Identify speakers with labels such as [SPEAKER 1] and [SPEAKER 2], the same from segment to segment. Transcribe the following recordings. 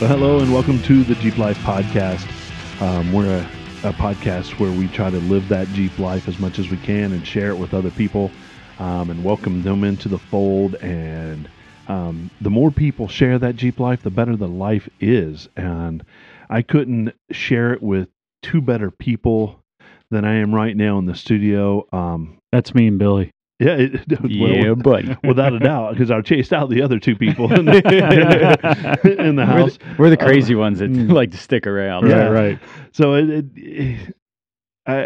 [SPEAKER 1] Well, hello and welcome to the Jeep Life Podcast. Um, we're a, a podcast where we try to live that Jeep life as much as we can and share it with other people um, and welcome them into the fold. And um, the more people share that Jeep life, the better the life is. And I couldn't share it with two better people than I am right now in the studio. Um,
[SPEAKER 2] That's me and Billy.
[SPEAKER 1] yeah, it, well,
[SPEAKER 3] buddy.
[SPEAKER 1] without a doubt, because I chased out the other two people in the, in the
[SPEAKER 3] We're
[SPEAKER 1] house.
[SPEAKER 3] the, we're the
[SPEAKER 1] Uh,
[SPEAKER 3] crazy ones that
[SPEAKER 2] mm.
[SPEAKER 3] like to stick around.
[SPEAKER 1] Yeah.
[SPEAKER 2] right.
[SPEAKER 1] So it, it, it, I,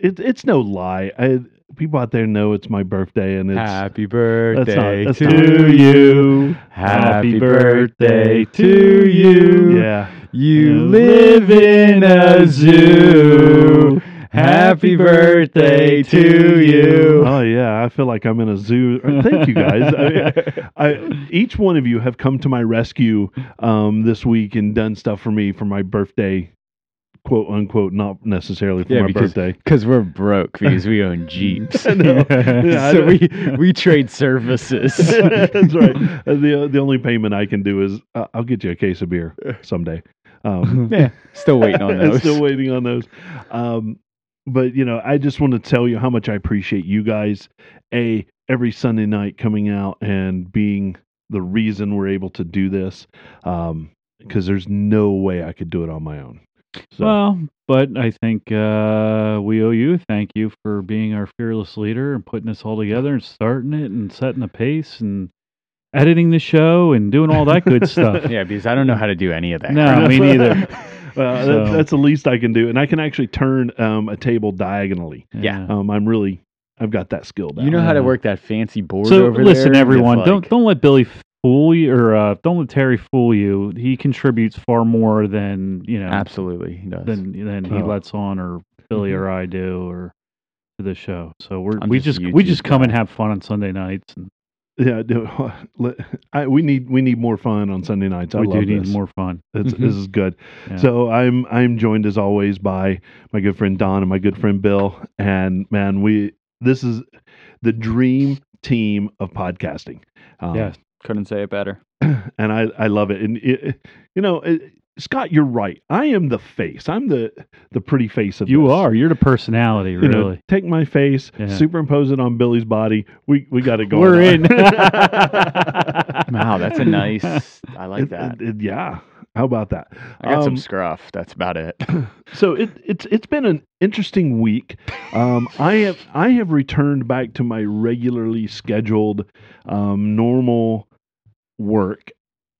[SPEAKER 1] it it's no lie. I, people out there know it's my birthday, and it's
[SPEAKER 3] Happy birthday
[SPEAKER 1] that's
[SPEAKER 3] to
[SPEAKER 1] not-
[SPEAKER 3] you.
[SPEAKER 2] Happy
[SPEAKER 3] Happy birthday
[SPEAKER 2] birthday
[SPEAKER 3] to you.
[SPEAKER 1] yeah.
[SPEAKER 3] You live in a zoo. Happy birthday to you.
[SPEAKER 1] Oh yeah, I feel like I'm in a zoo. Uh, Thank you guys. I, I, each one of you have come to my rescue um, this week and done stuff for me for my birthday, quote unquote, not necessarily for
[SPEAKER 3] Yeah,
[SPEAKER 1] my
[SPEAKER 3] because-
[SPEAKER 1] birthday.
[SPEAKER 3] Because we're broke because we own Jeeps.
[SPEAKER 1] I know. Yeah, I know.
[SPEAKER 3] so we, we trade services.
[SPEAKER 1] That's right. Uh, The the only payment I can do is uh, I'll get you a case of beer someday. Um,
[SPEAKER 3] yeah, still waiting on
[SPEAKER 1] I'm
[SPEAKER 3] those.
[SPEAKER 1] Still waiting on those. Um, but you know, I just want to tell you how much I appreciate you guys. A every Sunday night coming out and being the reason we're able to do this. Um, because there's no way I could do it on my own. So
[SPEAKER 2] Well, but I think uh, we owe you. a Thank you for being our fearless leader and putting this all together and starting it and setting the pace and editing the show and doing all that good stuff.
[SPEAKER 3] Yeah, because I don't know how to do any of that.
[SPEAKER 2] No, me neither.
[SPEAKER 1] Well,
[SPEAKER 2] so-
[SPEAKER 1] that's, that's the least I can do, and I can actually turn um, a table diagonally.
[SPEAKER 3] Yeah. Uh,
[SPEAKER 1] Um, I'm really, I've got that skill down.
[SPEAKER 3] You know how to
[SPEAKER 2] Yeah.
[SPEAKER 3] work that fancy board
[SPEAKER 2] So
[SPEAKER 3] over there.
[SPEAKER 2] listen,
[SPEAKER 3] with,
[SPEAKER 2] everyone, don't
[SPEAKER 3] like-
[SPEAKER 2] don't let Billy fool you or uh, don't let Terry fool you. He contributes far more than you know
[SPEAKER 3] Absolutely, he does.
[SPEAKER 2] than than he
[SPEAKER 1] Oh.
[SPEAKER 2] lets on or Billy or I do or to the show. So we're
[SPEAKER 3] Mm-hmm. I'm
[SPEAKER 2] we
[SPEAKER 3] just
[SPEAKER 2] just,
[SPEAKER 3] a
[SPEAKER 2] we
[SPEAKER 3] YouTube
[SPEAKER 2] just come and
[SPEAKER 3] guy.
[SPEAKER 2] have fun on Sunday nights and
[SPEAKER 1] Yeah, do, let- I, we need we need more fun on Sunday nights. I
[SPEAKER 2] we
[SPEAKER 1] love
[SPEAKER 2] do need
[SPEAKER 1] this.
[SPEAKER 2] more fun.
[SPEAKER 1] It's,
[SPEAKER 3] Mhm.
[SPEAKER 1] This is good.
[SPEAKER 2] Yeah.
[SPEAKER 1] So I'm I'm joined as always by my good friend Don and my good friend Bill. And man, we this is the dream team of podcasting. Um,
[SPEAKER 2] Yes.
[SPEAKER 3] couldn't say it better.
[SPEAKER 1] and I I love it. And it, you know, it, Scott, you're right. I am the face. I'm the the pretty face of
[SPEAKER 2] You
[SPEAKER 1] this.
[SPEAKER 2] are. You're the personality,
[SPEAKER 1] You know,
[SPEAKER 2] really.
[SPEAKER 1] take my face,
[SPEAKER 2] Yeah.
[SPEAKER 1] superimpose it on Billy's body. We we got it going.
[SPEAKER 2] We're
[SPEAKER 1] on.
[SPEAKER 2] in.
[SPEAKER 3] Wow, that's a nice. I like
[SPEAKER 1] It-
[SPEAKER 3] that.
[SPEAKER 1] it- it- yeah. How about that?
[SPEAKER 3] I got
[SPEAKER 1] Um,
[SPEAKER 3] some scruff. That's about it.
[SPEAKER 1] So it, it's it's been an interesting week. Um, I have I have returned back to my regularly scheduled um, normal work,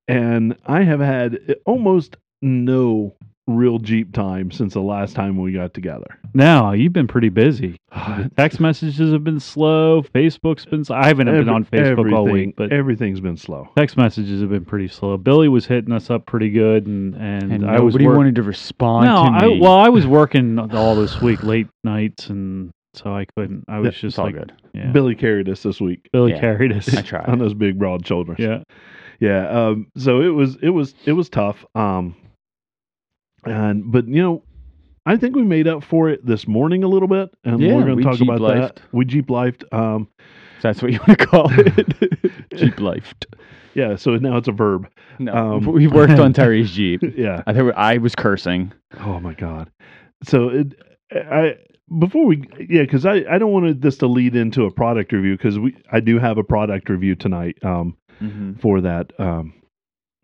[SPEAKER 1] and I have had almost no real Jeep time since the last time we got together.
[SPEAKER 2] now you've been pretty busy.
[SPEAKER 1] Uh,
[SPEAKER 2] Text messages have been slow. Facebook's been. s- I haven't been
[SPEAKER 1] Every-
[SPEAKER 2] on Facebook all
[SPEAKER 1] everything-
[SPEAKER 2] week, but
[SPEAKER 1] everything's been slow.
[SPEAKER 2] text messages have been pretty slow. Billy was hitting us up pretty good, and and,
[SPEAKER 3] And
[SPEAKER 2] I was
[SPEAKER 3] nobody
[SPEAKER 2] work-
[SPEAKER 3] wanted to respond
[SPEAKER 2] No,
[SPEAKER 3] to
[SPEAKER 2] I,
[SPEAKER 3] me.
[SPEAKER 2] well, I was working all this week, late nights, and so I couldn't. I was
[SPEAKER 3] it's
[SPEAKER 2] just
[SPEAKER 3] all
[SPEAKER 2] like,
[SPEAKER 3] good.
[SPEAKER 2] yeah.
[SPEAKER 1] Billy carried us this week
[SPEAKER 2] Billy
[SPEAKER 3] Yeah.
[SPEAKER 2] carried us.
[SPEAKER 3] I tried.
[SPEAKER 1] on those big broad shoulders.
[SPEAKER 2] yeah,
[SPEAKER 1] yeah um so it was it was it was tough um and but you know i think we made up for it this morning a little bit and
[SPEAKER 3] Yeah,
[SPEAKER 1] we're going to
[SPEAKER 3] we
[SPEAKER 1] talk about
[SPEAKER 3] Jeep-lifed.
[SPEAKER 1] that we jeep lifed um
[SPEAKER 3] That's what you want to call it. Jeep life.
[SPEAKER 1] yeah so now it's a verb
[SPEAKER 3] No,
[SPEAKER 1] Um,
[SPEAKER 3] we worked on Terry's Jeep.
[SPEAKER 1] yeah
[SPEAKER 3] I think I was cursing.
[SPEAKER 1] oh my god so it i before we yeah because i i don't want this to lead into a product review because we i do have a product review tonight um
[SPEAKER 3] Mm-hmm.
[SPEAKER 1] for that. Um,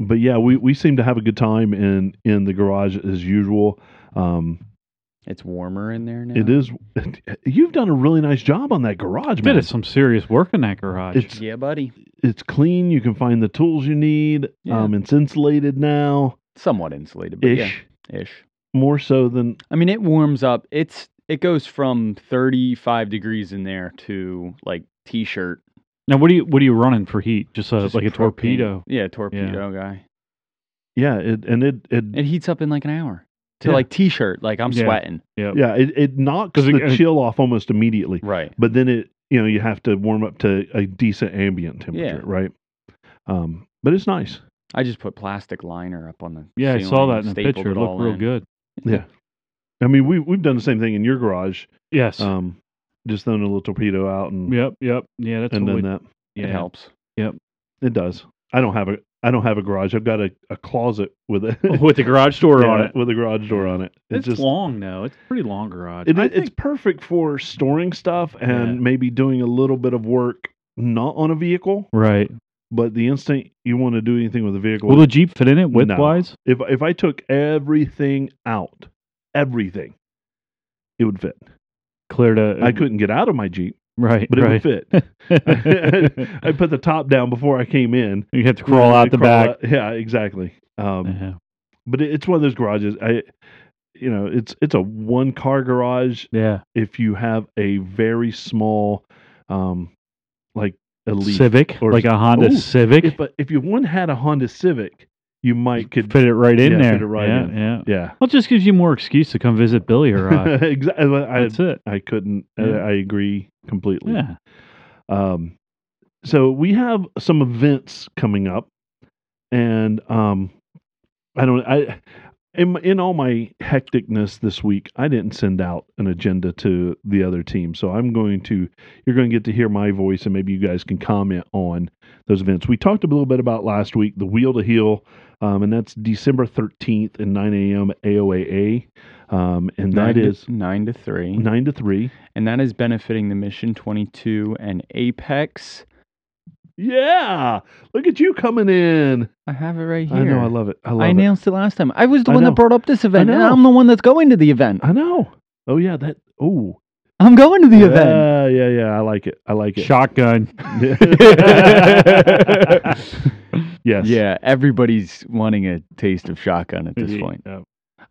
[SPEAKER 1] but yeah, we, we seem to have a good time in in the garage as usual. Um,
[SPEAKER 3] It's warmer in there now.
[SPEAKER 1] It is. You've done a really nice job on that garage, man.
[SPEAKER 2] did it some serious work in that garage.
[SPEAKER 1] It's
[SPEAKER 3] Yeah, buddy.
[SPEAKER 1] it's clean. You can find the tools you need.
[SPEAKER 3] Yeah.
[SPEAKER 1] Um, it's insulated now,
[SPEAKER 3] Somewhat insulated, but
[SPEAKER 1] ish.
[SPEAKER 3] yeah, ish.
[SPEAKER 1] More so than
[SPEAKER 3] I mean, it warms up. It's it goes from 35 degrees in there to like t-shirt,
[SPEAKER 2] now, what do you what are you running for heat? Just, a,
[SPEAKER 3] just
[SPEAKER 2] Uh, like a
[SPEAKER 3] propane.
[SPEAKER 2] torpedo.
[SPEAKER 3] Yeah, torpedo guy.
[SPEAKER 1] yeah. It and it it,
[SPEAKER 3] It heats up in like an hour to
[SPEAKER 1] Yeah.
[SPEAKER 3] like t-shirt. Like I'm
[SPEAKER 2] Yeah.
[SPEAKER 3] sweating.
[SPEAKER 2] Yep.
[SPEAKER 1] yeah it, it knocks
[SPEAKER 2] 'Cause
[SPEAKER 1] the
[SPEAKER 2] it- it-
[SPEAKER 1] chill off almost immediately.
[SPEAKER 3] Right.
[SPEAKER 1] But then it you know you have to warm up to a decent ambient temperature,
[SPEAKER 3] Yeah.
[SPEAKER 1] right? Um, but it's nice.
[SPEAKER 3] I just put plastic liner up on the.
[SPEAKER 2] Yeah, I
[SPEAKER 3] ceiling,
[SPEAKER 2] saw that in the
[SPEAKER 3] stapled
[SPEAKER 2] picture. It
[SPEAKER 3] all
[SPEAKER 2] looked real
[SPEAKER 3] in.
[SPEAKER 2] good.
[SPEAKER 1] I mean, we we've done the same thing in your garage.
[SPEAKER 2] Yes.
[SPEAKER 1] Um, just throwing a little torpedo out and
[SPEAKER 2] yep. Yep. Yeah. That's
[SPEAKER 1] and then
[SPEAKER 2] what we,
[SPEAKER 1] that
[SPEAKER 2] yeah.
[SPEAKER 3] It helps.
[SPEAKER 1] it does. I don't have a I don't have a garage. I've got a, a closet with a
[SPEAKER 2] with the garage door
[SPEAKER 1] yeah,
[SPEAKER 2] on it.
[SPEAKER 1] with a garage door on it.
[SPEAKER 2] It's, long though. It's a pretty long garage.
[SPEAKER 1] It,
[SPEAKER 2] I
[SPEAKER 1] it's
[SPEAKER 2] think-
[SPEAKER 1] perfect for storing stuff and
[SPEAKER 2] Yeah.
[SPEAKER 1] maybe doing a little bit of work not on a vehicle,
[SPEAKER 2] right.
[SPEAKER 1] but the instant you want to do anything with a vehicle,
[SPEAKER 2] Will the Jeep fit in it width wise?
[SPEAKER 1] if if I took everything out, everything, it would fit.
[SPEAKER 2] Clear to
[SPEAKER 1] I couldn't get out of my Jeep,
[SPEAKER 2] Right.
[SPEAKER 1] but it
[SPEAKER 2] right.
[SPEAKER 1] would fit. I put the top down before I came in.
[SPEAKER 2] you have to crawl out the
[SPEAKER 1] Crawl
[SPEAKER 2] back. Uh-huh.
[SPEAKER 1] out- Yeah, exactly. Um,
[SPEAKER 2] Yeah.
[SPEAKER 1] But it- it's one of those garages. I, you know, it's it's a one car garage
[SPEAKER 2] yeah.
[SPEAKER 1] if you have a very small, um, like elite.
[SPEAKER 2] Civic,
[SPEAKER 1] or-
[SPEAKER 2] like a Honda
[SPEAKER 1] Ooh,
[SPEAKER 2] Civic.
[SPEAKER 1] If a, if you one had a Honda Civic, you might could
[SPEAKER 2] fit it right in
[SPEAKER 1] Yeah,
[SPEAKER 2] there.
[SPEAKER 1] fit it right
[SPEAKER 2] yeah,
[SPEAKER 1] in.
[SPEAKER 2] yeah.
[SPEAKER 1] yeah.
[SPEAKER 2] Well, it just gives you more excuse to come visit Billy or I.
[SPEAKER 1] exactly. I,
[SPEAKER 2] That's it.
[SPEAKER 1] I couldn't. I,
[SPEAKER 2] Yeah.
[SPEAKER 1] I agree completely.
[SPEAKER 2] Yeah.
[SPEAKER 1] Um, so we have some events coming up, and um, I don't. I in in all my hecticness this week, I didn't send out an agenda to the other team. So I'm going to. You're going to get to hear my voice, and maybe you guys can comment on those events. We talked a little bit about last week the Wheel to Heal. Um, and that's December 13th and 9 a.m. at AOAA. Um, and that
[SPEAKER 3] nine
[SPEAKER 1] is
[SPEAKER 3] to, nine to three,
[SPEAKER 1] 9 to 3.
[SPEAKER 3] and that is benefiting the Mission Twenty Two and Apex.
[SPEAKER 1] Yeah. Look at you coming in.
[SPEAKER 3] I have it right here.
[SPEAKER 1] I know. I love it. I love
[SPEAKER 3] I
[SPEAKER 1] it.
[SPEAKER 3] announced it. last time. I was the
[SPEAKER 1] I
[SPEAKER 3] one
[SPEAKER 1] know.
[SPEAKER 3] that brought up this event, and
[SPEAKER 1] know.
[SPEAKER 3] I'm the one that's going to the event.
[SPEAKER 1] I know. Oh yeah. That. Oh.
[SPEAKER 3] I'm going to the event.
[SPEAKER 1] Yeah. Yeah. Yeah. I like it. I like it.
[SPEAKER 2] Shotgun.
[SPEAKER 1] yes.
[SPEAKER 3] Yeah, everybody's wanting a taste of shotgun at this
[SPEAKER 1] Yeah.
[SPEAKER 3] point.
[SPEAKER 1] Yeah.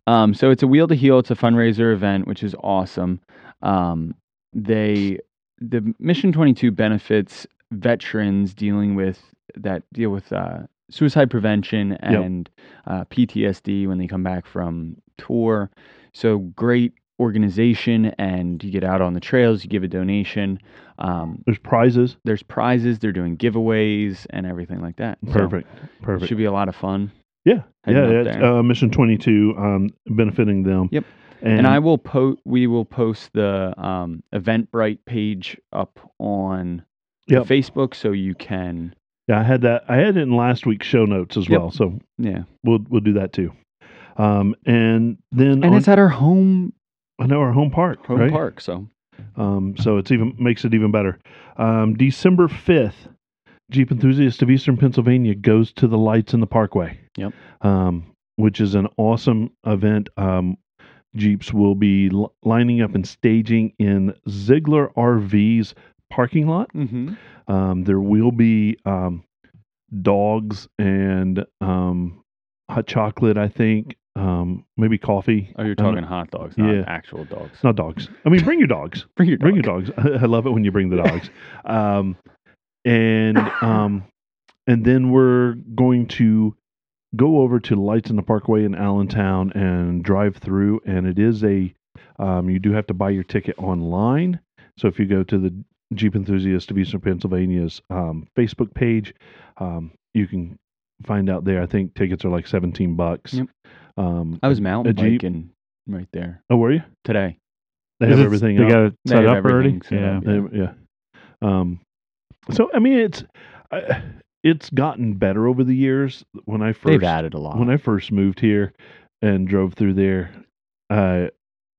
[SPEAKER 3] Um, so it's a wheel to heel. It's a fundraiser event, which is awesome. Um, they the Mission Twenty Two benefits veterans dealing with that deal with uh, suicide prevention and uh, PTSD when they come back from tour. So great organization, and you get out on the trails. You give a donation. Um,
[SPEAKER 1] There's prizes.
[SPEAKER 3] there's prizes. They're doing giveaways and everything like that. So
[SPEAKER 1] Perfect.
[SPEAKER 3] it
[SPEAKER 1] Perfect.
[SPEAKER 3] should be a lot of fun.
[SPEAKER 1] yeah.
[SPEAKER 3] heading
[SPEAKER 1] Yeah.
[SPEAKER 3] up
[SPEAKER 1] yeah.
[SPEAKER 3] there.
[SPEAKER 1] Uh, Mission 22. Um, benefiting them.
[SPEAKER 3] Yep.
[SPEAKER 1] And,
[SPEAKER 3] and I will post. We will post the um, Eventbrite page up on
[SPEAKER 1] Yep.
[SPEAKER 3] Facebook, so you can.
[SPEAKER 1] Yeah, I had that. I had it in last week's show notes as
[SPEAKER 3] Yep.
[SPEAKER 1] well. So
[SPEAKER 3] Yeah,
[SPEAKER 1] we'll we'll do that too. Um, and then
[SPEAKER 3] and
[SPEAKER 1] on,
[SPEAKER 3] it's at our home
[SPEAKER 1] I know our home park.
[SPEAKER 3] home
[SPEAKER 1] right?
[SPEAKER 3] park. So
[SPEAKER 1] Um, so it's even makes it even better. Um, December fifth, Jeep enthusiast of Eastern Pennsylvania goes to the lights in the Parkway.
[SPEAKER 3] Yep.
[SPEAKER 1] Um, which is an awesome event. Um, Jeeps will be l- lining up and staging in Ziegler RV's parking lot.
[SPEAKER 3] mm-hmm.
[SPEAKER 1] Um, there will be um, dogs and um, hot chocolate, I think, um, maybe coffee.
[SPEAKER 3] oh, you're
[SPEAKER 1] I don't-
[SPEAKER 3] talking hot dogs, not
[SPEAKER 1] Yeah.
[SPEAKER 3] actual dogs.
[SPEAKER 1] Not dogs. I mean, bring your dogs.
[SPEAKER 3] Bring your dog.
[SPEAKER 1] Bring your dogs. I love it when you bring the dogs. Um, and um, and then we're going to go over to Lights in the Parkway in Allentown and drive through. And it is a um, you do have to buy your ticket online. So if you go to the Jeep Enthusiast of Eastern Pennsylvania's um, Facebook page, um, you can find out there. I think tickets are like seventeen bucks.
[SPEAKER 3] Yep.
[SPEAKER 1] Um,
[SPEAKER 2] Uh,
[SPEAKER 3] I was mountain
[SPEAKER 1] A Jeep.
[SPEAKER 3] biking right there
[SPEAKER 1] oh, were you?
[SPEAKER 3] today.
[SPEAKER 1] They
[SPEAKER 2] Is
[SPEAKER 1] have
[SPEAKER 2] it-
[SPEAKER 1] everything.
[SPEAKER 2] They
[SPEAKER 1] up.
[SPEAKER 2] got it
[SPEAKER 3] They
[SPEAKER 2] set
[SPEAKER 3] have
[SPEAKER 2] up already.
[SPEAKER 3] everything set
[SPEAKER 2] Yeah.
[SPEAKER 3] up.
[SPEAKER 1] They- yeah. Um, so I mean, it's uh, it's gotten better over the years. When I
[SPEAKER 3] They've
[SPEAKER 1] first
[SPEAKER 3] added a lot.
[SPEAKER 1] when I first moved here and drove through there, uh,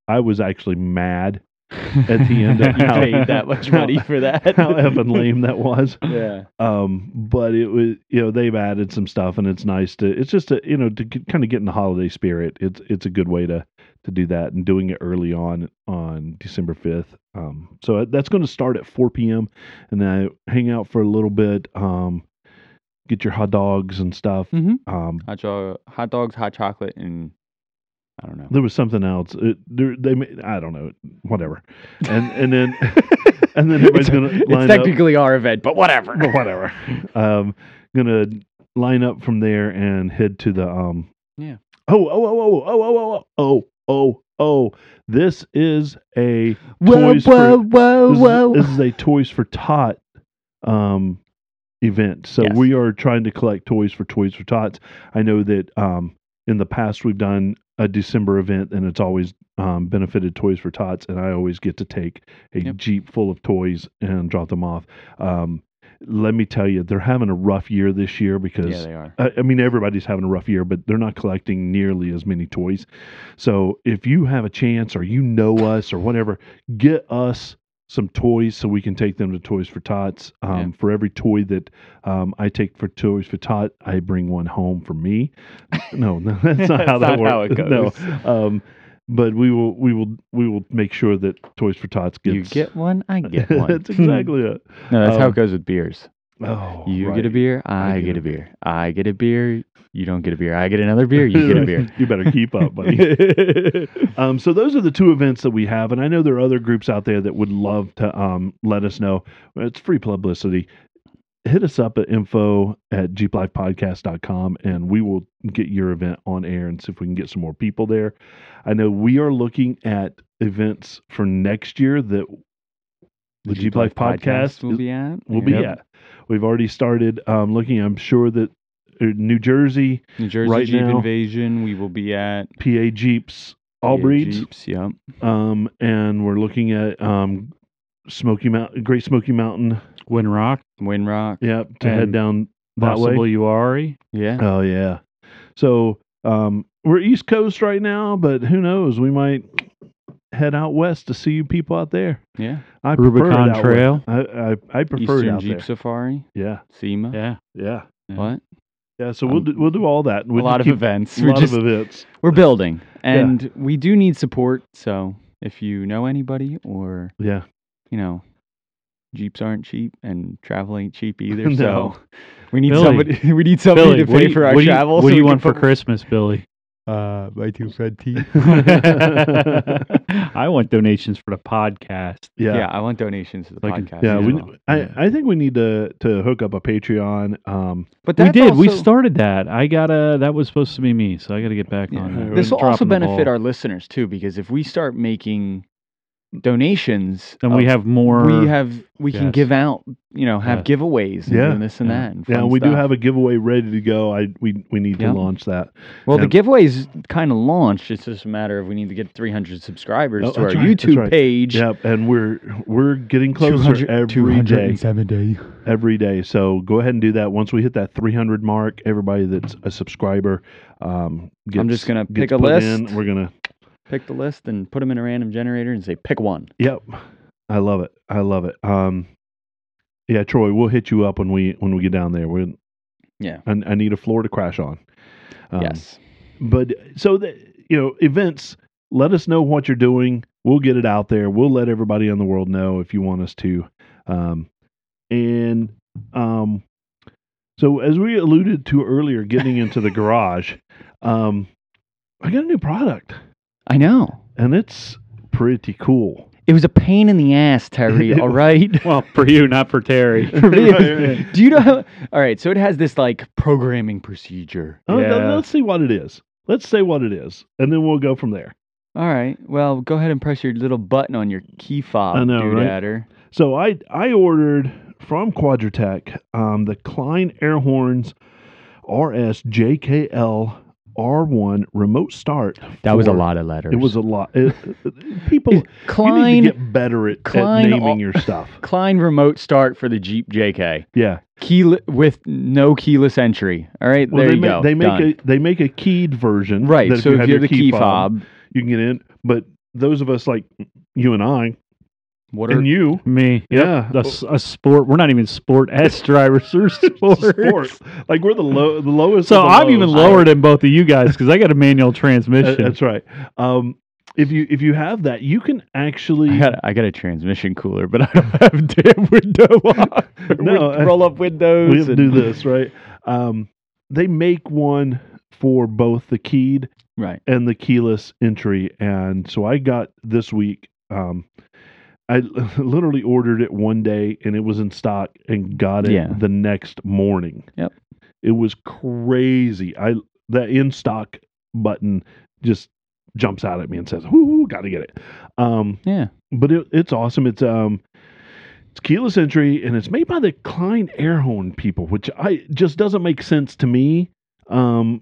[SPEAKER 1] I was actually mad at the end of
[SPEAKER 3] You
[SPEAKER 1] how
[SPEAKER 3] paid that much money for that.
[SPEAKER 1] how effing lame that was.
[SPEAKER 3] Yeah,
[SPEAKER 1] Um, but it was you know they've added some stuff and it's nice to it's just a, you know to kind of get in the holiday spirit. It's it's a good way to to do that and doing it early on on December fifth. Um, so that's going to start at four p.m. and I hang out for a little bit. Um, get your hot dogs and stuff.
[SPEAKER 3] Mhm.
[SPEAKER 1] Um,
[SPEAKER 3] hot, cho- hot dogs, hot chocolate, and I don't know.
[SPEAKER 1] there was something else. It, there, they ma- I don't know whatever. And and then and then everybody's
[SPEAKER 3] it's,
[SPEAKER 1] going to line
[SPEAKER 3] it's
[SPEAKER 1] up.
[SPEAKER 3] technically our event, but whatever.
[SPEAKER 1] But whatever. um, gonna line up from there and head to the um.
[SPEAKER 3] Yeah.
[SPEAKER 1] Oh oh oh oh oh oh oh oh oh! This is a
[SPEAKER 3] Whoa,
[SPEAKER 1] Toys
[SPEAKER 3] whoa,
[SPEAKER 1] for-
[SPEAKER 3] whoa,
[SPEAKER 1] this,
[SPEAKER 3] Oh, whoa.
[SPEAKER 1] Is, this is a Toys for Tot um event. So
[SPEAKER 3] Yes.
[SPEAKER 1] we are trying to collect toys for Toys for Tots. I know that um in the past we've done a December event and it's always um, benefited Toys for Tots, and I always get to take a
[SPEAKER 3] Yep.
[SPEAKER 1] Jeep full of toys and drop them off. Um, let me tell you, they're having a rough year this year
[SPEAKER 3] yeah,
[SPEAKER 1] because
[SPEAKER 3] they are.
[SPEAKER 1] I, I mean, everybody's having a rough year, but they're not collecting nearly as many toys. So if you have a chance or you know us or whatever, get us some toys so we can take them to Toys for Tots. Um,
[SPEAKER 3] Yeah.
[SPEAKER 1] For every toy that um, I take for Toys for Tot, I bring one home for me. No, no that's not how that
[SPEAKER 3] That's not
[SPEAKER 1] works.
[SPEAKER 3] how it goes.
[SPEAKER 1] No. Um, but we will, we will, we will make sure that Toys for Tots gets.
[SPEAKER 3] you get one, I get one.
[SPEAKER 1] that's exactly it.
[SPEAKER 3] No, that's how
[SPEAKER 1] um,
[SPEAKER 3] it goes with beers.
[SPEAKER 1] Oh,
[SPEAKER 3] You
[SPEAKER 1] right.
[SPEAKER 3] get a beer, I, get, a beer. I get a beer, you don't get a beer. I get another beer, you get a beer.
[SPEAKER 1] you better keep up, buddy. um, so those are the two events that we have, and I know there are other groups out there that would love to um, let us know. It's free publicity. Hit us up at info at jeeplifepodcast.com and we will get your event on air and see if we can get some more people there. I know we are looking at events for next year that the Jeep Life podcast
[SPEAKER 3] will be at.
[SPEAKER 1] will be
[SPEAKER 3] Yep.
[SPEAKER 1] at. We've already started um, looking. I'm sure that uh, New Jersey,
[SPEAKER 3] New Jersey
[SPEAKER 1] Right
[SPEAKER 3] Jeep
[SPEAKER 1] now-
[SPEAKER 3] Invasion. We will be at
[SPEAKER 1] PA Jeeps, all
[SPEAKER 3] Yeah,
[SPEAKER 1] breeds.
[SPEAKER 3] Jeeps, yep.
[SPEAKER 1] um, and we're looking at um, Smoky Mountain, Great Smoky Mountain.
[SPEAKER 2] Winrock,
[SPEAKER 3] Windrock.
[SPEAKER 1] Yep, to head
[SPEAKER 2] And
[SPEAKER 1] down that
[SPEAKER 2] possible
[SPEAKER 1] way.
[SPEAKER 2] Uari.
[SPEAKER 3] Yeah.
[SPEAKER 1] Oh yeah. So um, we're East Coast right now, but who knows? We might head out west to see you people out there.
[SPEAKER 3] Yeah.
[SPEAKER 1] I prefer it
[SPEAKER 2] Rubicon
[SPEAKER 1] out
[SPEAKER 2] Trail.
[SPEAKER 1] west. I I, I prefer it
[SPEAKER 3] Eastern
[SPEAKER 1] out
[SPEAKER 3] Jeep Safari.
[SPEAKER 1] there.
[SPEAKER 3] SEMA.
[SPEAKER 2] Yeah.
[SPEAKER 1] Yeah, yeah,
[SPEAKER 2] Yeah.
[SPEAKER 3] What?
[SPEAKER 1] yeah. So we'll
[SPEAKER 3] Um,
[SPEAKER 1] do, we'll do all that.
[SPEAKER 3] a lot of
[SPEAKER 1] keep-
[SPEAKER 3] events.
[SPEAKER 1] a
[SPEAKER 3] We're
[SPEAKER 1] lot
[SPEAKER 3] just
[SPEAKER 1] of events.
[SPEAKER 3] we're building,
[SPEAKER 1] Yeah.
[SPEAKER 3] and we do need support. So if you know anybody, or
[SPEAKER 1] Yeah,
[SPEAKER 3] you know, Jeeps aren't cheap, and travel ain't cheap either.
[SPEAKER 1] No.
[SPEAKER 3] So we need
[SPEAKER 2] Billy.
[SPEAKER 3] somebody. We need somebody to
[SPEAKER 2] what
[SPEAKER 3] pay
[SPEAKER 2] do you-
[SPEAKER 3] for our
[SPEAKER 2] what do you-
[SPEAKER 3] travel.
[SPEAKER 2] what
[SPEAKER 3] so
[SPEAKER 2] do you
[SPEAKER 3] we
[SPEAKER 2] want for
[SPEAKER 3] can put-
[SPEAKER 2] Christmas, Billy?
[SPEAKER 4] Uh, my two front teeth.
[SPEAKER 2] I want donations for the podcast.
[SPEAKER 1] yeah.
[SPEAKER 3] Yeah. I want donations to the
[SPEAKER 2] Like,
[SPEAKER 3] podcast.
[SPEAKER 1] Yeah,
[SPEAKER 3] as
[SPEAKER 1] we,
[SPEAKER 3] well.
[SPEAKER 1] I, I think we need to, to hook up a Patreon. Um,
[SPEAKER 3] but
[SPEAKER 2] we
[SPEAKER 3] that's
[SPEAKER 2] did. we
[SPEAKER 3] also-
[SPEAKER 2] started that. I gotta. That was supposed to be me, so I gotta get back on
[SPEAKER 1] Yeah.
[SPEAKER 2] that.
[SPEAKER 3] This will
[SPEAKER 2] Dropping
[SPEAKER 3] also
[SPEAKER 2] the
[SPEAKER 3] benefit
[SPEAKER 2] ball.
[SPEAKER 3] our listeners too, because if we start making donations,
[SPEAKER 2] Then we
[SPEAKER 3] of-
[SPEAKER 2] have more.
[SPEAKER 3] Oh, we have we can
[SPEAKER 2] Yes.
[SPEAKER 3] give out, you know, have
[SPEAKER 2] Yeah.
[SPEAKER 3] giveaways and
[SPEAKER 1] Yeah.
[SPEAKER 3] doing this and
[SPEAKER 2] Yeah.
[SPEAKER 3] that. And
[SPEAKER 1] yeah,
[SPEAKER 3] fun
[SPEAKER 1] we do
[SPEAKER 3] stuff.
[SPEAKER 1] have a giveaway ready to go. I we we need
[SPEAKER 3] Yeah.
[SPEAKER 1] to launch that.
[SPEAKER 3] Well, the
[SPEAKER 1] and-
[SPEAKER 3] giveaway's kind of launched. It's just a matter of we need to get 300 subscribers
[SPEAKER 1] Oh,
[SPEAKER 3] to our
[SPEAKER 1] that's right, that's
[SPEAKER 3] YouTube
[SPEAKER 1] right.
[SPEAKER 3] page.
[SPEAKER 1] Yep, and we're we're getting closer
[SPEAKER 3] 200
[SPEAKER 1] every day,
[SPEAKER 4] 270.
[SPEAKER 1] every day. So go ahead and do that. Once we hit that 300 mark, everybody that's a subscriber, um, gets,
[SPEAKER 3] I'm just gonna
[SPEAKER 1] gets
[SPEAKER 3] pick a
[SPEAKER 1] put
[SPEAKER 3] list.
[SPEAKER 1] in. We're gonna.
[SPEAKER 3] Pick the list and put them in a random generator and say pick one.
[SPEAKER 1] Yep, I love it. I love it. Um, yeah, Troy, we'll hit you up when we when we get down there. We're
[SPEAKER 3] Yeah.
[SPEAKER 1] I, I need a floor to crash on. Um,
[SPEAKER 3] yes.
[SPEAKER 1] but so that you know events let us know what you're doing we'll get it out there we'll let everybody in the world know if you want us to um and um so as we alluded to earlier getting into the garage um i got a new product
[SPEAKER 3] I know.
[SPEAKER 1] and it's pretty cool
[SPEAKER 3] It was a pain in the ass, Terry. all right.
[SPEAKER 2] well for you, not for Terry.
[SPEAKER 1] Oh,
[SPEAKER 3] For me, it was- do you know how? All right. So it has this like programming procedure.
[SPEAKER 1] Uh, let-
[SPEAKER 2] Yeah.
[SPEAKER 1] let's see what it is let's say what it is and then we'll go from there
[SPEAKER 3] All right. Well, go ahead and press your little button on your key fob,
[SPEAKER 1] I know, right?
[SPEAKER 3] doodader.
[SPEAKER 1] So I I ordered from Quadratech um, the Klein air horns RSJKL R1 remote start.
[SPEAKER 3] That was a
[SPEAKER 1] for-
[SPEAKER 3] lot of letters.
[SPEAKER 1] It was a lot. It- it- people you need
[SPEAKER 3] Klein
[SPEAKER 1] to get better at, at
[SPEAKER 3] Klein
[SPEAKER 1] naming
[SPEAKER 3] al-
[SPEAKER 1] your stuff.
[SPEAKER 3] Klein remote start for the Jeep JK.
[SPEAKER 1] Yeah.
[SPEAKER 3] Key with no keyless entry. All right,
[SPEAKER 1] Well,
[SPEAKER 3] there
[SPEAKER 1] they
[SPEAKER 3] you
[SPEAKER 1] make,
[SPEAKER 3] go.
[SPEAKER 1] They make
[SPEAKER 3] Done.
[SPEAKER 1] a they make a keyed version.
[SPEAKER 3] right.
[SPEAKER 1] that
[SPEAKER 3] so if
[SPEAKER 1] have
[SPEAKER 3] you
[SPEAKER 1] your
[SPEAKER 3] have the key fob,
[SPEAKER 1] you can get in. But those of us like you and I
[SPEAKER 3] what are
[SPEAKER 1] and you,
[SPEAKER 2] me.
[SPEAKER 1] yeah,
[SPEAKER 2] The s- a sport. We're not even sport S drivers. We're sport.
[SPEAKER 1] sport. Like we're the low the lowest.
[SPEAKER 2] So
[SPEAKER 1] of the
[SPEAKER 2] I'm even
[SPEAKER 1] lows.
[SPEAKER 2] lower than both of you guys because I got a manual
[SPEAKER 1] Uh,
[SPEAKER 2] transmission.
[SPEAKER 1] That's right. Um, if you if you have that, you can actually.
[SPEAKER 3] I got, I got a transmission cooler, but I don't have damn window lock.
[SPEAKER 1] No,
[SPEAKER 3] With roll up windows.
[SPEAKER 1] we have to do
[SPEAKER 3] and-
[SPEAKER 1] this right. Um, they make one for both the keyed
[SPEAKER 3] Right.
[SPEAKER 1] and the keyless entry, and so I got this week. Um, I literally ordered it one day, and it was in stock, and got it
[SPEAKER 3] Yeah.
[SPEAKER 1] the next morning.
[SPEAKER 3] Yep.
[SPEAKER 1] It was crazy. I that in stock button just jumps out at me and says, "Whoo, got to get it." Um,
[SPEAKER 3] Yeah.
[SPEAKER 1] but it, it's awesome. It's um, it's keyless entry, and it's made by the Klein Airhorn people, which I just doesn't make sense to me. Um,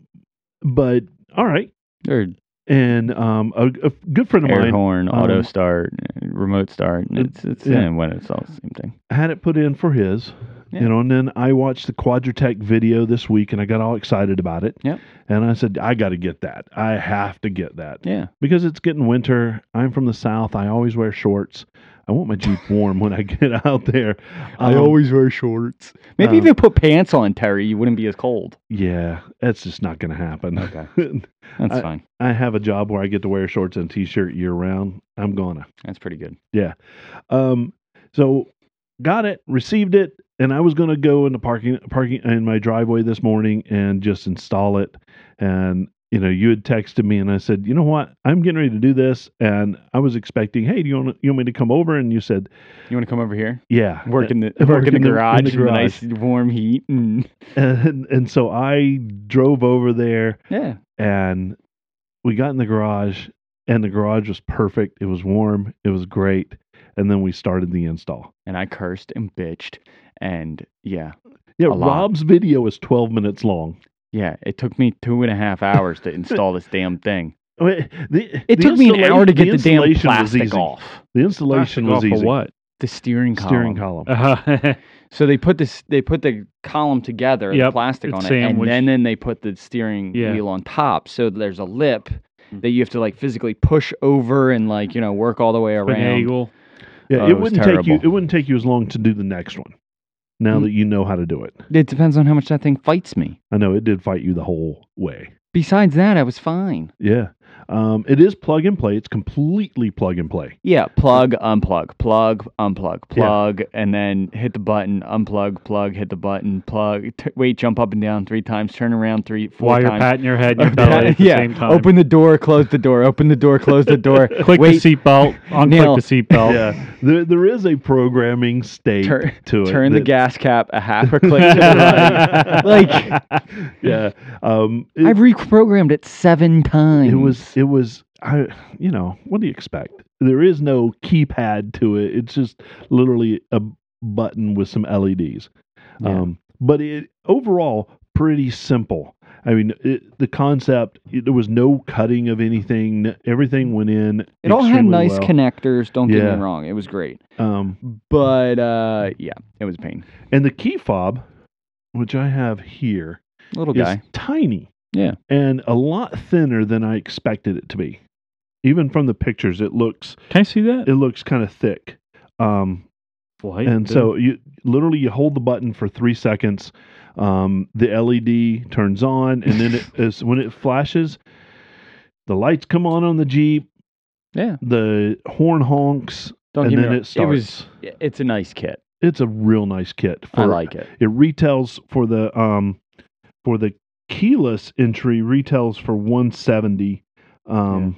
[SPEAKER 1] but all right,
[SPEAKER 3] Or
[SPEAKER 1] and um, a, a good friend of
[SPEAKER 3] air
[SPEAKER 1] mine
[SPEAKER 3] horn, auto
[SPEAKER 1] um,
[SPEAKER 3] start, remote start. and It's, it's
[SPEAKER 1] yeah.
[SPEAKER 3] yeah. when it's all the same thing.
[SPEAKER 1] had it put in for his,
[SPEAKER 3] Yeah.
[SPEAKER 1] You know, and then I watched the Quadratech video this week, and I got all excited about it.
[SPEAKER 3] Yep.
[SPEAKER 1] And I said, I got to get that. I have to get that
[SPEAKER 3] Yeah.
[SPEAKER 1] because it's getting winter. I'm from the south. I always wear shorts. I want my Jeep warm when I get out there.
[SPEAKER 4] I
[SPEAKER 1] Um,
[SPEAKER 4] always wear shorts.
[SPEAKER 3] Maybe
[SPEAKER 1] Um,
[SPEAKER 3] if you put pants on, Terry, you wouldn't be as cold.
[SPEAKER 1] Yeah, that's just not going to happen.
[SPEAKER 3] Okay.
[SPEAKER 1] I
[SPEAKER 3] That's
[SPEAKER 1] I-
[SPEAKER 3] fine.
[SPEAKER 1] have a job where I get to wear shorts and a t-shirt year round. I'm gonna.
[SPEAKER 3] That's pretty good.
[SPEAKER 1] Um, so got it, received it, and I was gonna go in the parking parking in my driveway this morning and just install it. And you know, you had texted me, and I said, you know what, I'm getting ready to do this, and I was expecting, hey, do you want you want me to come over? And you said,
[SPEAKER 3] You want to come over here?
[SPEAKER 1] yeah,
[SPEAKER 3] Work in the
[SPEAKER 1] Uh, work
[SPEAKER 3] work, in, the
[SPEAKER 1] in the- in
[SPEAKER 3] garage,
[SPEAKER 1] the
[SPEAKER 3] in the nice warm heat. And,
[SPEAKER 1] and, and so I drove over there.
[SPEAKER 3] yeah.
[SPEAKER 1] and we got in the garage and the garage was perfect it was warm it was great and then we started the install
[SPEAKER 3] And I cursed and bitched and yeah,
[SPEAKER 1] yeah
[SPEAKER 3] A lot.
[SPEAKER 1] rob's video is 12 minutes long
[SPEAKER 3] yeah. It took me two and a half hours to install this damn thing.
[SPEAKER 1] I mean, the-
[SPEAKER 3] It
[SPEAKER 1] the
[SPEAKER 3] took me an hour to
[SPEAKER 1] installa-
[SPEAKER 3] get the, damn
[SPEAKER 1] installation was
[SPEAKER 3] plastic
[SPEAKER 1] easy.
[SPEAKER 3] off.
[SPEAKER 1] the installation
[SPEAKER 2] Plastic
[SPEAKER 1] was
[SPEAKER 2] off of
[SPEAKER 1] easy
[SPEAKER 2] what?
[SPEAKER 3] The steering column.
[SPEAKER 1] steering column
[SPEAKER 2] Uh,
[SPEAKER 3] So they put this, they put the column together, the
[SPEAKER 2] Yep,
[SPEAKER 3] plastic
[SPEAKER 2] it's
[SPEAKER 3] on it,
[SPEAKER 2] sandwiched.
[SPEAKER 3] and then then they put the steering
[SPEAKER 2] Yeah.
[SPEAKER 3] wheel on top. So there's a lip that you have to like physically push over and like you know work all the way around.
[SPEAKER 2] finagle.
[SPEAKER 1] yeah
[SPEAKER 3] Oh,
[SPEAKER 1] it,
[SPEAKER 3] it was
[SPEAKER 1] wouldn't take you
[SPEAKER 3] terrible.
[SPEAKER 1] it wouldn't take you as long to do the next one now
[SPEAKER 3] Mm.
[SPEAKER 1] that you know how to do it
[SPEAKER 3] It depends on how much that thing fights me.
[SPEAKER 1] i know it did fight you the whole way
[SPEAKER 3] Besides that, I was fine.
[SPEAKER 1] yeah um, it is plug and play it's completely plug and play
[SPEAKER 3] Yeah, plug, unplug, plug, unplug,
[SPEAKER 1] Yeah.
[SPEAKER 3] plug, and then hit the button, unplug, plug, hit the button, plug. T- wait, jump up and down three times, turn around three, four
[SPEAKER 2] While you're
[SPEAKER 3] times.
[SPEAKER 2] patting your head and your
[SPEAKER 3] Okay.
[SPEAKER 2] belly at the
[SPEAKER 3] yeah,
[SPEAKER 2] same time.
[SPEAKER 3] open the door, close the door, open the door, close the door.
[SPEAKER 2] click
[SPEAKER 3] wait,
[SPEAKER 2] the seatbelt.
[SPEAKER 3] Nail.
[SPEAKER 2] Unclick the
[SPEAKER 3] Oh.
[SPEAKER 2] seatbelt.
[SPEAKER 1] yeah, there, there is a programming state
[SPEAKER 3] Turn-
[SPEAKER 1] to it.
[SPEAKER 3] turn the
[SPEAKER 1] that-
[SPEAKER 3] gas cap a half a click to the right. Like
[SPEAKER 1] yeah, um, it,
[SPEAKER 3] I've reprogrammed it seven times.
[SPEAKER 1] it was it was I you know what do you expect? There is no keypad to it. It's just literally a button with some LEDs.
[SPEAKER 3] Yeah.
[SPEAKER 1] Um, but it overall pretty simple. I mean, it, the concept it, there was no cutting of anything. n- Everything went in.
[SPEAKER 3] It all had
[SPEAKER 1] extremely
[SPEAKER 3] nice
[SPEAKER 1] well.
[SPEAKER 3] connectors. Don't get
[SPEAKER 1] Yeah.
[SPEAKER 3] me wrong; it was great.
[SPEAKER 1] Um,
[SPEAKER 3] But uh, yeah, it was a pain.
[SPEAKER 1] and the key fob, which I have here,
[SPEAKER 3] Little
[SPEAKER 1] It's
[SPEAKER 3] guy.
[SPEAKER 1] tiny.
[SPEAKER 3] Yeah.
[SPEAKER 1] And a lot thinner than I expected it to be. Even from the pictures, it looks
[SPEAKER 2] Can I see that?
[SPEAKER 1] it looks kind of thick. Um,
[SPEAKER 2] Flight
[SPEAKER 1] and
[SPEAKER 2] did-
[SPEAKER 1] so you literally you hold the button for three seconds. Um, the LED turns on, and then it is when it flashes, the lights come on on the Jeep.
[SPEAKER 3] Yeah.
[SPEAKER 1] The horn honks,
[SPEAKER 3] Don't
[SPEAKER 1] and
[SPEAKER 3] get me
[SPEAKER 1] then
[SPEAKER 3] wrong.
[SPEAKER 1] it starts.
[SPEAKER 3] was. It's a nice kit.
[SPEAKER 1] it's a real nice kit. For,
[SPEAKER 3] I like it.
[SPEAKER 1] it retails for the um for the keyless entry retails for 170 um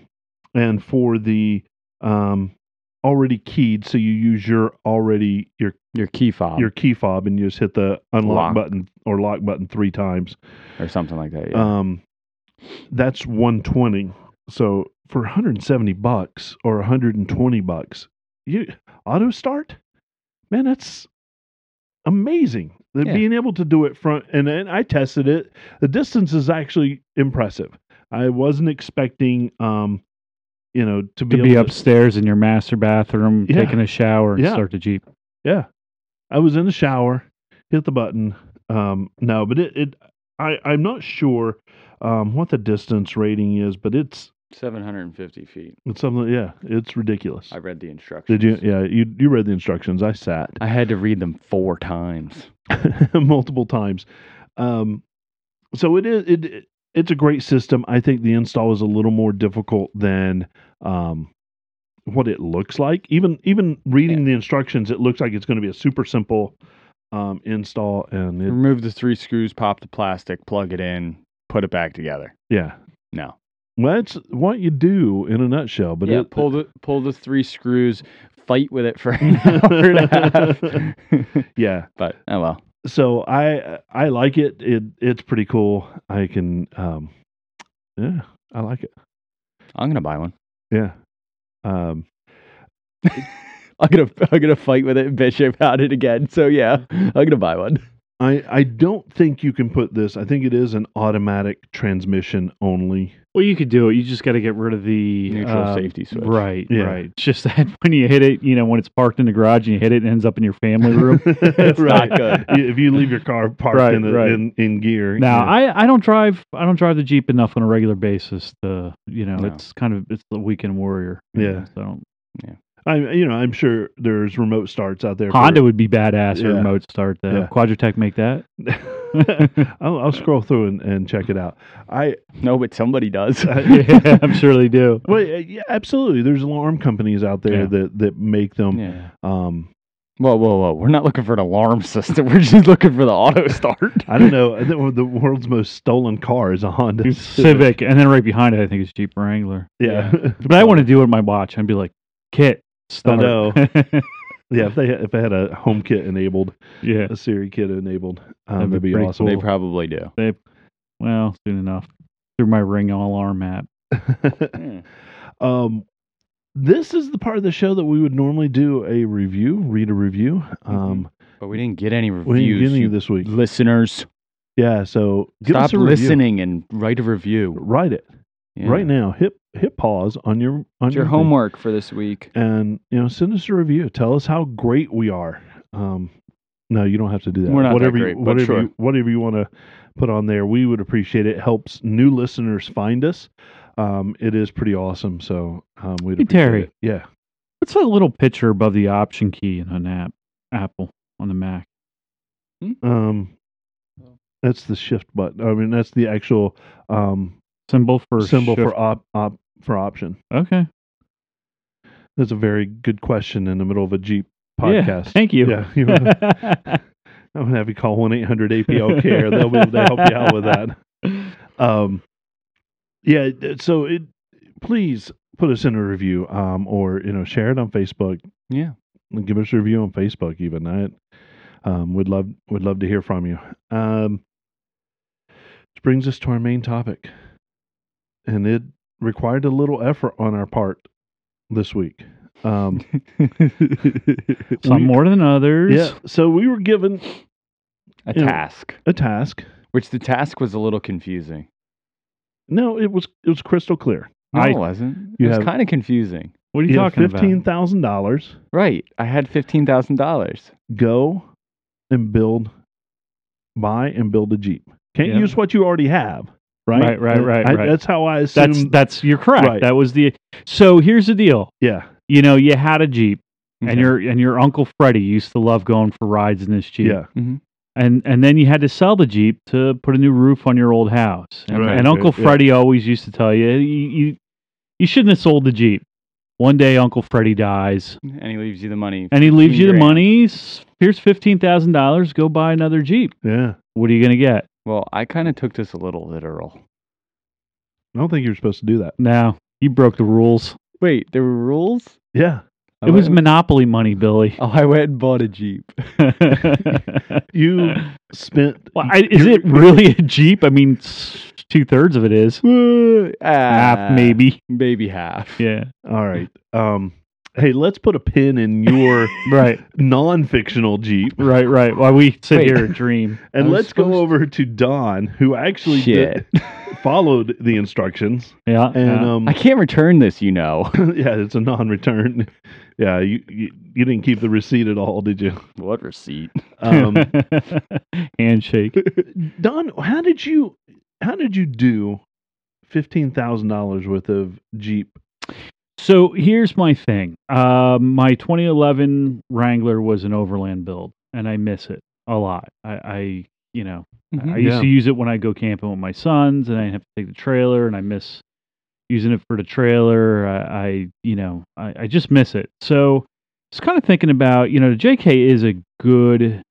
[SPEAKER 1] and for the um already keyed so you use your already your
[SPEAKER 3] Your key fob
[SPEAKER 1] your key fob and you just hit the unlock
[SPEAKER 3] Lock.
[SPEAKER 1] button or lock button three times
[SPEAKER 3] or something like that. Yeah.
[SPEAKER 1] um that's 120 so for 170 bucks or 120 bucks you auto start man that's amazing that
[SPEAKER 3] Yeah.
[SPEAKER 1] being able to do it front and, and i tested it the distance is actually impressive i wasn't expecting um you know to be,
[SPEAKER 2] to be
[SPEAKER 1] able
[SPEAKER 2] upstairs in your master bathroom,
[SPEAKER 1] Yeah.
[SPEAKER 2] taking a shower, and
[SPEAKER 1] Yeah.
[SPEAKER 2] start the Jeep.
[SPEAKER 1] yeah i was in the shower hit the button um no but it, it i i'm not sure um what the distance rating is but it's
[SPEAKER 3] Seven hundred and fifty feet.
[SPEAKER 1] It's something, yeah. It's ridiculous.
[SPEAKER 3] I read the instructions.
[SPEAKER 1] Did you? Yeah, you you read the instructions. I sat
[SPEAKER 3] I had to read them four times.
[SPEAKER 1] multiple times. Um, so it is it it's a great system. I think the install is a little more difficult than um what it looks like. Even even reading the instructions, it looks like it's going to be a super simple um install, and it,
[SPEAKER 3] Remove the three screws, pop the plastic, plug it in, put it back together.
[SPEAKER 1] yeah.
[SPEAKER 3] No.
[SPEAKER 1] Well, that's what you do in a nutshell. But
[SPEAKER 3] yeah,
[SPEAKER 1] it,
[SPEAKER 3] pull the pull the three screws, fight with it for an hour and a half.
[SPEAKER 1] yeah.
[SPEAKER 3] but oh well.
[SPEAKER 1] so I I like it. It it's pretty cool. I can um yeah, I like it.
[SPEAKER 3] I'm gonna buy one.
[SPEAKER 1] Yeah. Um
[SPEAKER 3] I'm gonna I'm gonna fight with it and bitch about it again. So yeah, I'm gonna buy one.
[SPEAKER 1] I, I don't think you can put this. I think it is an automatic transmission only.
[SPEAKER 2] Well, you could do it. You just got to get rid of the
[SPEAKER 3] Neutral
[SPEAKER 2] uh,
[SPEAKER 3] safety switch.
[SPEAKER 2] Right,
[SPEAKER 1] Yeah.
[SPEAKER 2] right. It's just that when you hit it, you know, when it's parked in the garage and you hit it, it ends up in your family room.
[SPEAKER 1] It's
[SPEAKER 3] Right.
[SPEAKER 1] not good. if you leave your car parked
[SPEAKER 2] Right,
[SPEAKER 1] in, the,
[SPEAKER 2] right.
[SPEAKER 1] in in gear.
[SPEAKER 2] Now,
[SPEAKER 1] yeah.
[SPEAKER 2] I, I don't drive I don't drive the Jeep enough on a regular basis to you know
[SPEAKER 3] No.
[SPEAKER 2] it's kind of it's the weekend warrior. you
[SPEAKER 1] Yeah.
[SPEAKER 2] know, so I don't-
[SPEAKER 1] I, you know, I'm sure there's remote starts out there. for-
[SPEAKER 2] Honda would be badass for
[SPEAKER 1] Yeah.
[SPEAKER 2] remote start though.
[SPEAKER 1] Yeah.
[SPEAKER 2] Quadratech make that.
[SPEAKER 1] I'll, I'll scroll through and, and check it out. I
[SPEAKER 3] No, but somebody does.
[SPEAKER 2] yeah, I'm sure they do.
[SPEAKER 1] well, yeah, absolutely. There's alarm companies out there
[SPEAKER 2] Yeah.
[SPEAKER 1] that that make them.
[SPEAKER 3] yeah.
[SPEAKER 1] Um,
[SPEAKER 3] Whoa, whoa, whoa. We're not looking for an alarm system. We're just looking for the auto start.
[SPEAKER 1] I don't know. I think the world's most stolen car is a Honda
[SPEAKER 2] It's Civic, and then right behind it, I think it's Jeep Wrangler.
[SPEAKER 1] Yeah,
[SPEAKER 2] But I want to do it with my watch. I'd be like, Kit,
[SPEAKER 1] I
[SPEAKER 2] start.
[SPEAKER 1] know. yeah, if they if they had a HomeKit enabled,
[SPEAKER 2] yeah.
[SPEAKER 1] a Siri kit enabled, um,
[SPEAKER 2] That'd
[SPEAKER 1] that'd,
[SPEAKER 2] be
[SPEAKER 1] be
[SPEAKER 2] pretty
[SPEAKER 1] awesome.
[SPEAKER 3] They probably do.
[SPEAKER 2] Well, soon enough. Through my Ring Alarm app.
[SPEAKER 3] Hmm.
[SPEAKER 1] um, this is the part of the show that we would normally do a review, read a review. Um,
[SPEAKER 3] But we didn't get any reviews.
[SPEAKER 1] we didn't get any
[SPEAKER 3] you
[SPEAKER 1] this week.
[SPEAKER 3] Listeners,
[SPEAKER 1] Yeah, so give
[SPEAKER 3] stop
[SPEAKER 1] us a review.
[SPEAKER 3] listening and write a review.
[SPEAKER 1] Write it
[SPEAKER 3] Yeah.
[SPEAKER 1] right now. Hit hit pause on your on
[SPEAKER 5] It's your
[SPEAKER 1] thing.
[SPEAKER 5] homework for this week.
[SPEAKER 1] and you know send us a review. Tell us how great we are. Um, no, you don't have to do that.
[SPEAKER 3] We're not that
[SPEAKER 1] whatever
[SPEAKER 3] great,
[SPEAKER 1] you,
[SPEAKER 3] but
[SPEAKER 1] whatever
[SPEAKER 3] sure.
[SPEAKER 1] you, whatever you want to put on there, we would appreciate it. Helps new listeners find us. Um, it is pretty awesome. So um, we'd
[SPEAKER 2] Hey,
[SPEAKER 1] appreciate
[SPEAKER 2] Terry.
[SPEAKER 1] it. Yeah,
[SPEAKER 2] What's that little picture above the option key in an app? Apple on the Mac.
[SPEAKER 1] um, that's the shift button. I mean, that's the actual um,
[SPEAKER 2] Symbol for
[SPEAKER 1] symbol
[SPEAKER 2] shift.
[SPEAKER 1] for op, op for option.
[SPEAKER 2] Okay.
[SPEAKER 1] That's a very good question in the middle of a Jeep
[SPEAKER 2] Yeah,
[SPEAKER 1] podcast.
[SPEAKER 2] thank you.
[SPEAKER 1] Yeah, you wanna- I'm gonna have you call one eight hundred APO care. They'll be able to help you out with that. Um, yeah. d- So it, please put us in a review, um, or you know, share it on Facebook.
[SPEAKER 3] Yeah.
[SPEAKER 1] Give us a review on Facebook. Even I um, would love would love to hear from you. Um, which brings us to our main topic, and it required a little effort on our part this week. Um,
[SPEAKER 2] Some
[SPEAKER 1] We-
[SPEAKER 2] more than others.
[SPEAKER 1] yeah. So we were given
[SPEAKER 3] A
[SPEAKER 1] Yeah.
[SPEAKER 3] task,
[SPEAKER 1] a task.
[SPEAKER 3] which the task was a little confusing.
[SPEAKER 1] No, it was it was crystal clear.
[SPEAKER 3] No,
[SPEAKER 2] I-
[SPEAKER 3] it wasn't.
[SPEAKER 1] you
[SPEAKER 3] It was
[SPEAKER 1] have-
[SPEAKER 3] kind of confusing.
[SPEAKER 2] What are you talking
[SPEAKER 1] fifteen thousand dollars.
[SPEAKER 3] Right. I had $15,000.
[SPEAKER 1] Go and build, buy and build a Jeep. Can't
[SPEAKER 2] Yeah.
[SPEAKER 1] use what you already have, right?
[SPEAKER 2] Right, right, right,
[SPEAKER 1] I-
[SPEAKER 2] right.
[SPEAKER 1] That's how I
[SPEAKER 2] about? That's
[SPEAKER 1] assume.
[SPEAKER 2] that's you're correct.
[SPEAKER 1] Right.
[SPEAKER 2] That was the so here's the deal.
[SPEAKER 1] yeah,
[SPEAKER 2] You know, you had a Jeep
[SPEAKER 3] Okay.
[SPEAKER 2] and your and your Uncle Freddie used to love going for rides in this Jeep.
[SPEAKER 1] yeah.
[SPEAKER 2] And and then you had to sell the Jeep to put a new roof on your old house. And,
[SPEAKER 3] Right,
[SPEAKER 2] and Uncle
[SPEAKER 1] yeah.
[SPEAKER 2] Freddie always used to tell you, you you you shouldn't have sold the Jeep. One day Uncle Freddie dies
[SPEAKER 3] And he leaves you the money.
[SPEAKER 2] and he leaves you the
[SPEAKER 3] Grand.
[SPEAKER 2] money. s- Here's fifteen thousand dollars. Go buy another Jeep.
[SPEAKER 1] yeah.
[SPEAKER 2] What are you gonna get?
[SPEAKER 3] Well, I kind of took this a little literal.
[SPEAKER 1] I don't think you're supposed to do that.
[SPEAKER 2] No, you broke the rules.
[SPEAKER 3] Wait, there were rules?
[SPEAKER 1] Yeah,
[SPEAKER 3] I
[SPEAKER 2] It was
[SPEAKER 3] went-
[SPEAKER 2] monopoly money, Billy.
[SPEAKER 3] Oh, I went and bought a Jeep.
[SPEAKER 2] well,
[SPEAKER 1] you spent.
[SPEAKER 2] I, is it really a Jeep? I mean, two thirds of it is. Half,
[SPEAKER 3] Ah,
[SPEAKER 2] maybe.
[SPEAKER 3] Maybe half.
[SPEAKER 2] Yeah.
[SPEAKER 1] All right. Um, hey, let's put a pin in your
[SPEAKER 2] Right.
[SPEAKER 1] non-fictional Jeep,
[SPEAKER 2] Right. Right. While we sit
[SPEAKER 3] Wait.
[SPEAKER 2] here and dream.
[SPEAKER 1] and
[SPEAKER 3] I was
[SPEAKER 1] let's go
[SPEAKER 3] supposed-
[SPEAKER 1] over to Don, who actually did,
[SPEAKER 3] Shit.
[SPEAKER 1] followed the instructions,
[SPEAKER 2] Yeah.
[SPEAKER 1] and
[SPEAKER 2] yeah.
[SPEAKER 1] um,
[SPEAKER 3] I can't return this, you know.
[SPEAKER 1] yeah, it's a non-return. Yeah, you, you you didn't keep the receipt at all, did you?
[SPEAKER 3] what receipt?
[SPEAKER 1] Um,
[SPEAKER 2] Handshake.
[SPEAKER 1] Don, how did you how did you do fifteen thousand dollars worth of Jeep?
[SPEAKER 2] So here's my thing. Uh, my 2011 Wrangler was an overland build, and I miss it a lot. I, I you know, I
[SPEAKER 1] Mm-hmm.
[SPEAKER 2] used
[SPEAKER 1] Yeah.
[SPEAKER 2] to use it when I go camping with my sons, and I have to take the trailer, and I miss using it for the trailer. I, I you know, I, I just miss it. So, just kind of thinking about, you know, the JK is a good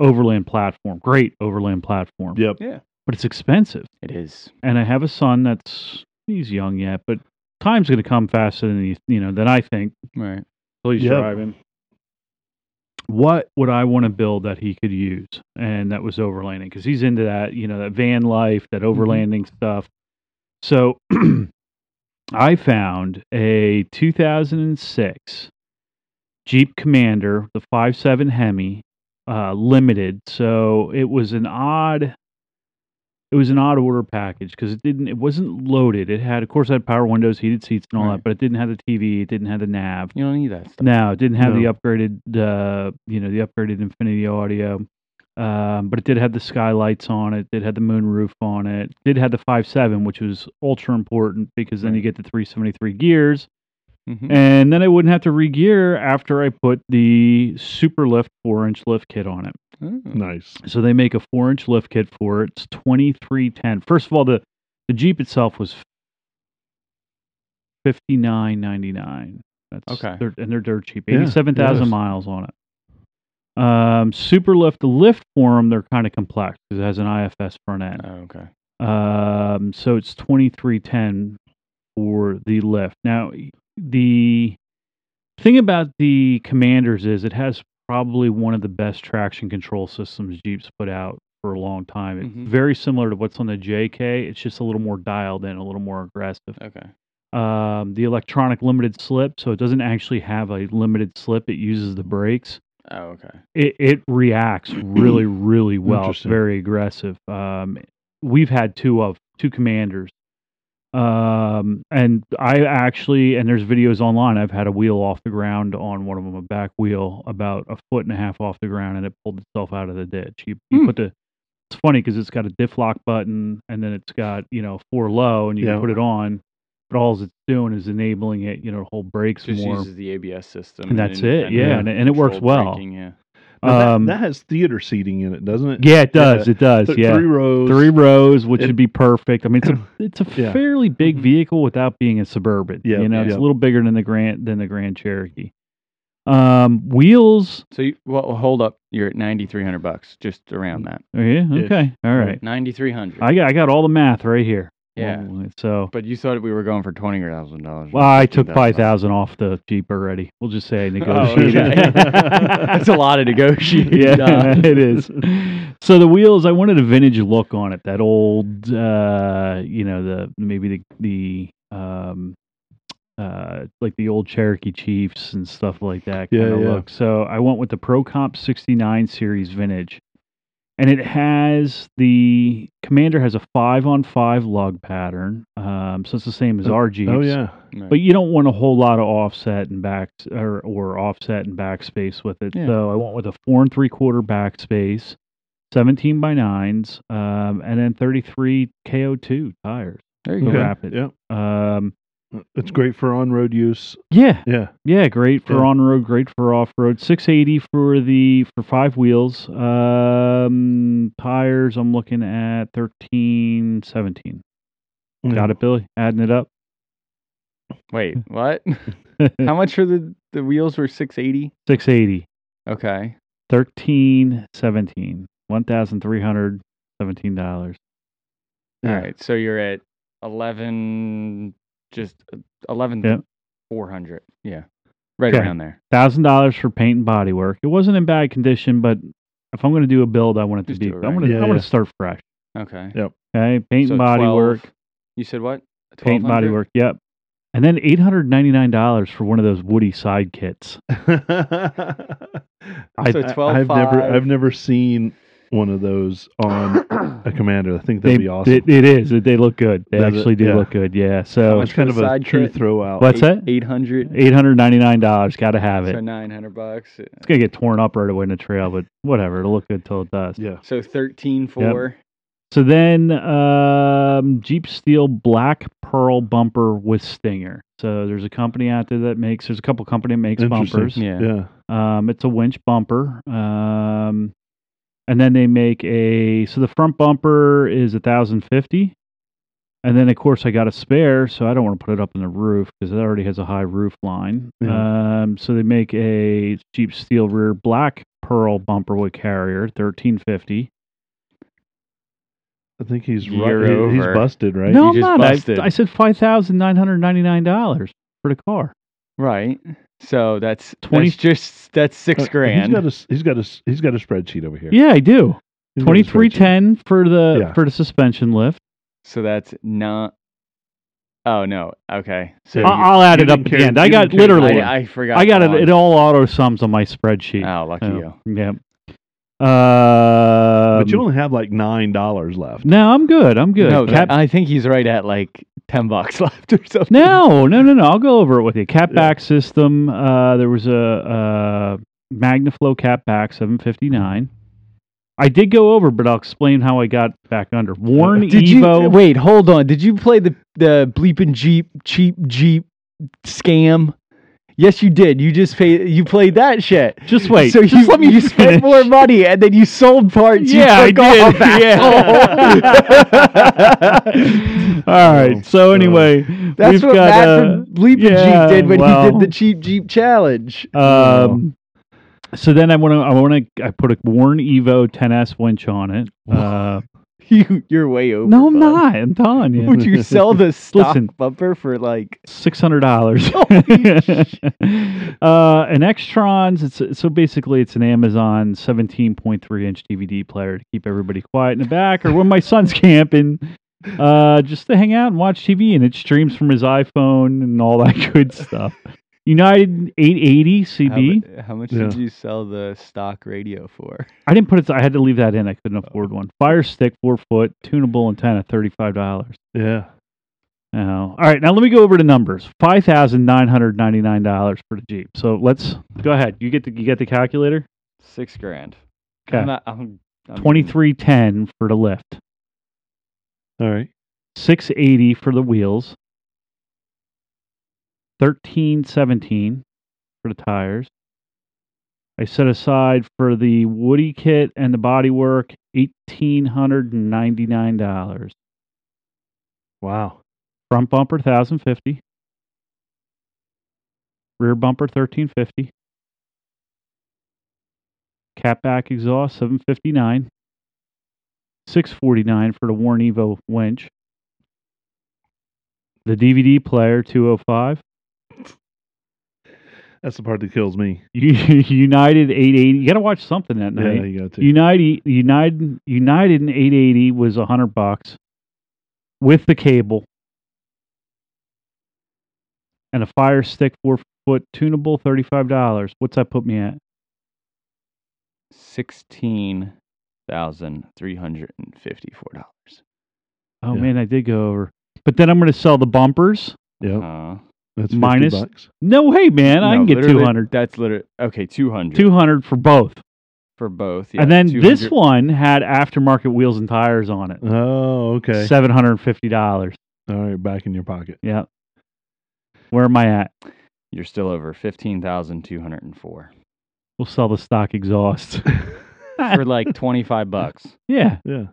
[SPEAKER 2] overland platform, great overland platform,
[SPEAKER 1] Yep.
[SPEAKER 2] but it's expensive.
[SPEAKER 3] It is.
[SPEAKER 2] And I have a son that's he's young yet, but time's going to come faster than you, you know than I think.
[SPEAKER 3] Right.
[SPEAKER 2] Till he's
[SPEAKER 1] Yep.
[SPEAKER 2] driving. What would I want to build that he could use? And that was overlanding because he's into that, you know, that van life, that overlanding stuff. So I found a 2006 Jeep Commander, the 5.7 Hemi, uh, limited, so it was an odd. It was an odd order package because it didn't. It wasn't loaded. It had, of course, it had power windows, heated seats, and all
[SPEAKER 3] Right.
[SPEAKER 2] that, but it didn't have the TV. It didn't have the nav.
[SPEAKER 3] You don't need that stuff.
[SPEAKER 2] No, it didn't have
[SPEAKER 1] No.
[SPEAKER 2] the upgraded, uh, you know, the upgraded Infinity Audio, um, but it did have the skylights on it. Did have the moonroof on it. Did have the five seven, which was ultra important because then you get the three seventy three gears,
[SPEAKER 3] Mhm.
[SPEAKER 2] and then I wouldn't have to re-gear after I put the super lift four inch lift kit on it.
[SPEAKER 3] Oh.
[SPEAKER 1] Nice.
[SPEAKER 2] So they make a four inch lift kit for it. It's twenty three ten. First of all, the the Jeep itself was fifty nine ninety nine. That's
[SPEAKER 3] Okay.
[SPEAKER 2] they're- and they're dirt cheap.
[SPEAKER 1] Yeah,
[SPEAKER 2] Eighty seven thousand
[SPEAKER 1] yes.
[SPEAKER 2] miles on it. Um, super lift, the lift form, they're kind of complex because it has an IFS front end.
[SPEAKER 3] Oh, okay.
[SPEAKER 2] Um, so it's twenty three ten for the lift. Now the thing about the Commanders is it has probably one of the best traction control systems Jeeps put out for a long time. It's
[SPEAKER 3] Mhm.
[SPEAKER 2] very similar to what's on the JK. It's just a little more dialed in, a little more aggressive.
[SPEAKER 3] Okay.
[SPEAKER 2] Um, the electronic limited slip, so it doesn't actually have a limited slip. It uses the brakes
[SPEAKER 3] Oh, okay.
[SPEAKER 2] it, it reacts really, really well. It's
[SPEAKER 1] Interesting.
[SPEAKER 2] very aggressive. Um, we've had two of two commanders. Um, and I actually, and there's videos online. I've had a wheel off the ground on one of them, a back wheel about a foot and a half off the ground, and it pulled itself out of the ditch. You, you
[SPEAKER 3] Hmm.
[SPEAKER 2] put the, it's funny because it's got a diff lock button, and then it's got you know four low, and you
[SPEAKER 1] Yeah.
[SPEAKER 2] can put it on, but all it's doing is enabling it, you know, to hold brakes
[SPEAKER 3] Just
[SPEAKER 2] more.
[SPEAKER 3] uses the ABS system.
[SPEAKER 2] And that's it,
[SPEAKER 3] independent
[SPEAKER 2] yeah, and it- and it works
[SPEAKER 3] controlled
[SPEAKER 2] well.
[SPEAKER 3] braking, yeah.
[SPEAKER 1] Now, that-
[SPEAKER 2] Um,
[SPEAKER 1] that, has theater seating in it, doesn't it?
[SPEAKER 2] yeah, it does.
[SPEAKER 1] Yeah.
[SPEAKER 2] It does.
[SPEAKER 1] Th-
[SPEAKER 2] yeah,
[SPEAKER 1] Three rows.
[SPEAKER 2] three rows, which
[SPEAKER 1] It-
[SPEAKER 2] would be perfect. I mean, it's a it's a
[SPEAKER 1] Yeah.
[SPEAKER 2] fairly big
[SPEAKER 3] Mhm.
[SPEAKER 2] vehicle without being a suburban.
[SPEAKER 1] Yeah,
[SPEAKER 2] you know, it's
[SPEAKER 1] yeah.
[SPEAKER 2] a little bigger than the Grand than the Grand Cherokee. Um, wheels.
[SPEAKER 3] So you, well, hold up. You're at ninety three hundred bucks, just around that.
[SPEAKER 2] Oh, yeah. Okay. All right.
[SPEAKER 3] Ninety three hundred.
[SPEAKER 2] I got I got all the math right here.
[SPEAKER 3] Yeah.
[SPEAKER 2] Well, So.
[SPEAKER 3] But you thought we were going for twenty thousand dollars.
[SPEAKER 2] Well, I took five thousand off the Jeep already. We'll just say I negotiated.
[SPEAKER 1] okay.
[SPEAKER 3] Oh, That's a lot of negotiating.
[SPEAKER 2] yeah,
[SPEAKER 3] uh,
[SPEAKER 2] it is. So the wheels, I wanted a vintage look on it. That old, uh, you know, the maybe the the um, uh, like the old Cherokee Chiefs and stuff like that
[SPEAKER 1] Yeah,
[SPEAKER 2] kind of
[SPEAKER 1] yeah.
[SPEAKER 2] look. So I went with the Pro Comp '69 series vintage, and it has the Commander has a five on five lug pattern, um, so it's the same as our Jeeps.
[SPEAKER 1] Oh yeah.
[SPEAKER 3] Right.
[SPEAKER 2] But you don't want a whole lot of offset and back or, or offset and backspace with it.
[SPEAKER 3] Yeah.
[SPEAKER 2] So I went with a four and three quarter backspace, seventeen by nines, um, and then thirty three KO two tires.
[SPEAKER 3] there you go.
[SPEAKER 2] Okay. Rapid.
[SPEAKER 1] Yeah.
[SPEAKER 2] Um,
[SPEAKER 1] It's great for on-road use.
[SPEAKER 2] yeah,
[SPEAKER 1] Yeah.
[SPEAKER 2] yeah, great for
[SPEAKER 1] Yeah.
[SPEAKER 2] on road, great for off road. Six eighty for the for five wheels. Um, tires I'm looking at thirteen seventeen.
[SPEAKER 1] Mm.
[SPEAKER 2] Got it, Billy. Adding it up.
[SPEAKER 3] Wait, what?
[SPEAKER 2] Hmm.
[SPEAKER 3] How much for the the wheels were six eighty?
[SPEAKER 2] Six eighty.
[SPEAKER 3] Okay.
[SPEAKER 2] Thirteen seventeen. One thousand three hundred seventeen dollars.
[SPEAKER 1] Yeah.
[SPEAKER 3] All right. So you're at eleven, just uh, eleven
[SPEAKER 2] Yep.
[SPEAKER 3] four hundred. Yeah, right
[SPEAKER 2] Okay.
[SPEAKER 3] around there.
[SPEAKER 2] Thousand dollars for paint and body work. It wasn't in bad condition, but if I'm going to do a build, I want it to
[SPEAKER 3] Just
[SPEAKER 2] be.
[SPEAKER 3] do it
[SPEAKER 2] I
[SPEAKER 3] right.
[SPEAKER 2] want to.
[SPEAKER 1] Yeah,
[SPEAKER 2] I want
[SPEAKER 1] yeah.
[SPEAKER 2] to start fresh.
[SPEAKER 3] Okay.
[SPEAKER 2] Okay, paint
[SPEAKER 3] So
[SPEAKER 2] and body
[SPEAKER 3] 12
[SPEAKER 2] work.
[SPEAKER 3] You said what?
[SPEAKER 2] Paint and body
[SPEAKER 3] 1200?
[SPEAKER 2] work. Yep. And then eight hundred ninety nine dollars for one of those Woody side kits.
[SPEAKER 1] I,
[SPEAKER 3] So
[SPEAKER 1] I-
[SPEAKER 3] 12,
[SPEAKER 1] I've never
[SPEAKER 3] five.
[SPEAKER 1] I've never seen one of those on a commander. I think
[SPEAKER 2] They-
[SPEAKER 1] that'd be awesome.
[SPEAKER 2] It, it is. They look good. They
[SPEAKER 1] Does it?
[SPEAKER 2] actually do
[SPEAKER 1] Yeah.
[SPEAKER 2] look good. Yeah.
[SPEAKER 3] How
[SPEAKER 2] So
[SPEAKER 1] That's
[SPEAKER 3] much
[SPEAKER 1] kind
[SPEAKER 3] for
[SPEAKER 1] of
[SPEAKER 3] the
[SPEAKER 1] a
[SPEAKER 3] side
[SPEAKER 1] true
[SPEAKER 3] kit?
[SPEAKER 1] throwout.
[SPEAKER 2] What's that?
[SPEAKER 3] Eight hundred.
[SPEAKER 2] eight hundred ninety nine dollars. Got to have it.
[SPEAKER 3] So nine hundred bucks.
[SPEAKER 2] It's gonna get torn up right away in the trail, but whatever. It'll look good till it does.
[SPEAKER 1] Yeah.
[SPEAKER 3] So thirteen four.
[SPEAKER 2] So then, um, Jeep Steel Black Pearl bumper with stinger. So there's a company out there that makes. There's a couple company that makes
[SPEAKER 1] Interesting.
[SPEAKER 2] bumpers.
[SPEAKER 3] Yeah.
[SPEAKER 1] Yeah.
[SPEAKER 2] Um, it's a winch bumper. Um, and then they make a. So the front bumper is a thousand fifty. And then of course I got a spare, so I don't want to put it up in the roof because it already has a high roof line. Um, so they make a Jeep Steel rear black pearl bumper with carrier, thirteen fifty.
[SPEAKER 1] I think he's
[SPEAKER 3] You're
[SPEAKER 1] right. he- He's
[SPEAKER 3] over.
[SPEAKER 1] busted, right? Uh,
[SPEAKER 2] No,
[SPEAKER 3] You
[SPEAKER 2] I'm
[SPEAKER 3] just
[SPEAKER 2] not.
[SPEAKER 3] busted.
[SPEAKER 2] I, I said five thousand nine hundred ninety nine dollars for the car.
[SPEAKER 3] Right. So that's
[SPEAKER 2] 20
[SPEAKER 3] That's just that's
[SPEAKER 1] Uh,
[SPEAKER 3] six grand.
[SPEAKER 1] He's got a s- he's got a s- he's got a spreadsheet over here.
[SPEAKER 2] Yeah, I do.
[SPEAKER 1] He's got a
[SPEAKER 2] Twenty three ten for the
[SPEAKER 1] Yeah.
[SPEAKER 2] for the suspension lift.
[SPEAKER 3] so that's not. Oh no. Okay. So
[SPEAKER 1] Yeah,
[SPEAKER 2] I-
[SPEAKER 1] you-
[SPEAKER 2] I'll add
[SPEAKER 1] you
[SPEAKER 2] it up
[SPEAKER 1] didn't
[SPEAKER 2] at
[SPEAKER 1] care-
[SPEAKER 2] the end.
[SPEAKER 1] you
[SPEAKER 2] I
[SPEAKER 1] didn't
[SPEAKER 2] got
[SPEAKER 1] care.
[SPEAKER 2] Uh, literally.
[SPEAKER 3] I,
[SPEAKER 2] I,
[SPEAKER 3] I forgot.
[SPEAKER 2] got it.
[SPEAKER 3] one.
[SPEAKER 1] Ah,
[SPEAKER 2] It all auto sums on my spreadsheet.
[SPEAKER 3] Oh, lucky you.
[SPEAKER 2] yeah. Um,
[SPEAKER 1] but you only have like nine dollars left.
[SPEAKER 2] no, I'm good. I'm good.
[SPEAKER 3] No,
[SPEAKER 2] Cap-
[SPEAKER 3] I think he's right at like ten bucks left or something.
[SPEAKER 2] no, no, no, no. I'll go over it with you. Cat back system. Uh, there was a, a Magnaflow cat back 759. I did go over, but I'll explain how I got back under. Warren
[SPEAKER 3] Did you
[SPEAKER 2] Evo.
[SPEAKER 3] wait? Hold on. Did you play the the bleeping Jeep cheap Jeep scam? Yes, you did. You just paid. You played that shit.
[SPEAKER 2] just wait.
[SPEAKER 3] So you,
[SPEAKER 2] just let me
[SPEAKER 3] you spent
[SPEAKER 2] finish.
[SPEAKER 3] more money, and then you sold parts.
[SPEAKER 2] Yeah, I
[SPEAKER 3] you took off,
[SPEAKER 2] did. Yeah.
[SPEAKER 3] asshole.
[SPEAKER 2] All right. So anyway,
[SPEAKER 3] Oh, uh, That's
[SPEAKER 2] we've
[SPEAKER 3] what
[SPEAKER 2] got
[SPEAKER 3] Matt
[SPEAKER 2] uh,
[SPEAKER 3] from Bleeping
[SPEAKER 2] yeah,
[SPEAKER 3] Jeep did when he
[SPEAKER 2] well.
[SPEAKER 3] did the cheap Jeep challenge.
[SPEAKER 2] Um, so then I want to, I want to, I put a Warren Evo 10s winch on it. Uh,
[SPEAKER 3] you, you're way over.
[SPEAKER 2] no, I'm
[SPEAKER 3] bud.
[SPEAKER 2] not. I'm telling you,
[SPEAKER 3] Would you sell the stock
[SPEAKER 2] Listen.
[SPEAKER 3] bumper for like?
[SPEAKER 2] six hundred dollars. uh, and Extrons. It's so basically it's an Amazon seventeen point three inch DVD player to keep everybody quiet in the back, or when my son's camping, uh, just to hang out and watch TV, and it streams from his iPhone and all that good stuff. United eight eighty CD.
[SPEAKER 3] How, much
[SPEAKER 1] did
[SPEAKER 3] did you sell the stock radio for?
[SPEAKER 2] I didn't put it. I had to leave that in. I
[SPEAKER 3] Oh.
[SPEAKER 2] couldn't afford one. Fire stick, four foot, tunable antenna, thirty five dollars.
[SPEAKER 1] Yeah.
[SPEAKER 2] Oh, all right. Now let me go over the numbers. Five thousand nine hundred ninety nine dollars for the Jeep. So let's go ahead. You get the you get the calculator.
[SPEAKER 3] Six grand.
[SPEAKER 2] Okay.
[SPEAKER 3] not, I'm, I'm-
[SPEAKER 2] Twenty three ten for the lift.
[SPEAKER 1] All right.
[SPEAKER 2] Six eighty for the wheels. Thirteen seventeen for the tires. I set aside for the Woody kit and the bodywork eighteen hundred and ninety nine dollars.
[SPEAKER 1] Wow.
[SPEAKER 2] Front bumper 1050. Rear bumper 1350. Catback exhaust 759. 649 for the Warren Evo winch. The DVD player 205.
[SPEAKER 1] That's the part that kills me.
[SPEAKER 2] United 880. You got to watch something that night.
[SPEAKER 1] Yeah, you got to.
[SPEAKER 2] United United United and 880 was 100 bucks with the cable and a Fire Stick 4 foot tunable $35. What's that put me at?
[SPEAKER 3] sixteen thousand three hundred and fifty-four dollars.
[SPEAKER 2] Oh
[SPEAKER 1] Yeah.
[SPEAKER 2] man, I did go over. But then I'm going to sell the bumpers.
[SPEAKER 1] Yep.
[SPEAKER 3] Uh,
[SPEAKER 1] That's 50
[SPEAKER 2] minus-
[SPEAKER 1] bucks.
[SPEAKER 2] No way, man. I
[SPEAKER 3] no,
[SPEAKER 2] can get
[SPEAKER 3] literally-
[SPEAKER 2] 200.
[SPEAKER 3] That's literally okay. Two hundred.
[SPEAKER 2] 200 for both.
[SPEAKER 3] for both. Yeah,
[SPEAKER 2] and then this
[SPEAKER 3] 200
[SPEAKER 2] one had aftermarket wheels and tires on it.
[SPEAKER 1] Oh, okay.
[SPEAKER 2] $750.
[SPEAKER 1] All right, back in your pocket.
[SPEAKER 2] Yeah. Where am I at?
[SPEAKER 3] You're still over fifteen thousand two hundred and four
[SPEAKER 2] We'll sell the stock exhaust.
[SPEAKER 3] for like twenty-five bucks.
[SPEAKER 2] yeah.
[SPEAKER 1] Yeah.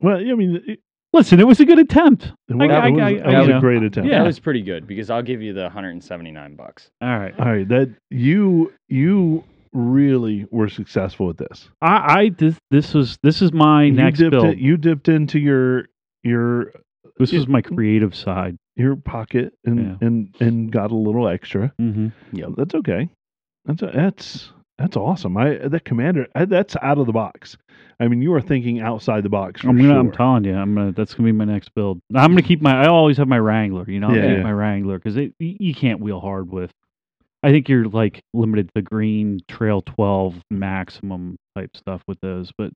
[SPEAKER 1] Well, I mean, it,
[SPEAKER 2] Listen, it was a good attempt.
[SPEAKER 1] it was,
[SPEAKER 2] I-
[SPEAKER 1] it was-
[SPEAKER 2] I-
[SPEAKER 1] it
[SPEAKER 2] I-
[SPEAKER 1] was
[SPEAKER 2] you
[SPEAKER 1] a
[SPEAKER 2] know.
[SPEAKER 1] great attempt.
[SPEAKER 2] Yeah.
[SPEAKER 3] That was pretty good because I'll give you the hundred and seventy-nine bucks.
[SPEAKER 2] All right.
[SPEAKER 1] All right, that you you really were successful with this.
[SPEAKER 2] I, I this this was this is my next
[SPEAKER 1] you dipped
[SPEAKER 2] build.
[SPEAKER 1] in- you dipped into your your
[SPEAKER 2] this was my creative side.
[SPEAKER 1] your pocket and
[SPEAKER 2] Yeah.
[SPEAKER 1] and and got a little extra.
[SPEAKER 2] Mm-hmm.
[SPEAKER 3] Yep.
[SPEAKER 1] That's okay. That's that's that's awesome. I that commander I, that's out of the box. I mean, you are thinking outside the box. For
[SPEAKER 2] I'm gonna. I'm
[SPEAKER 1] sure.
[SPEAKER 2] telling you. I'm gonna. That's gonna be my next build. I'm gonna keep my. I always have my Wrangler. You know. I'm
[SPEAKER 1] Yeah,
[SPEAKER 2] gonna
[SPEAKER 1] yeah.
[SPEAKER 2] keep my Wrangler because you you can't wheel hard with. I think you're like limited to green trail 12 maximum type stuff with those, but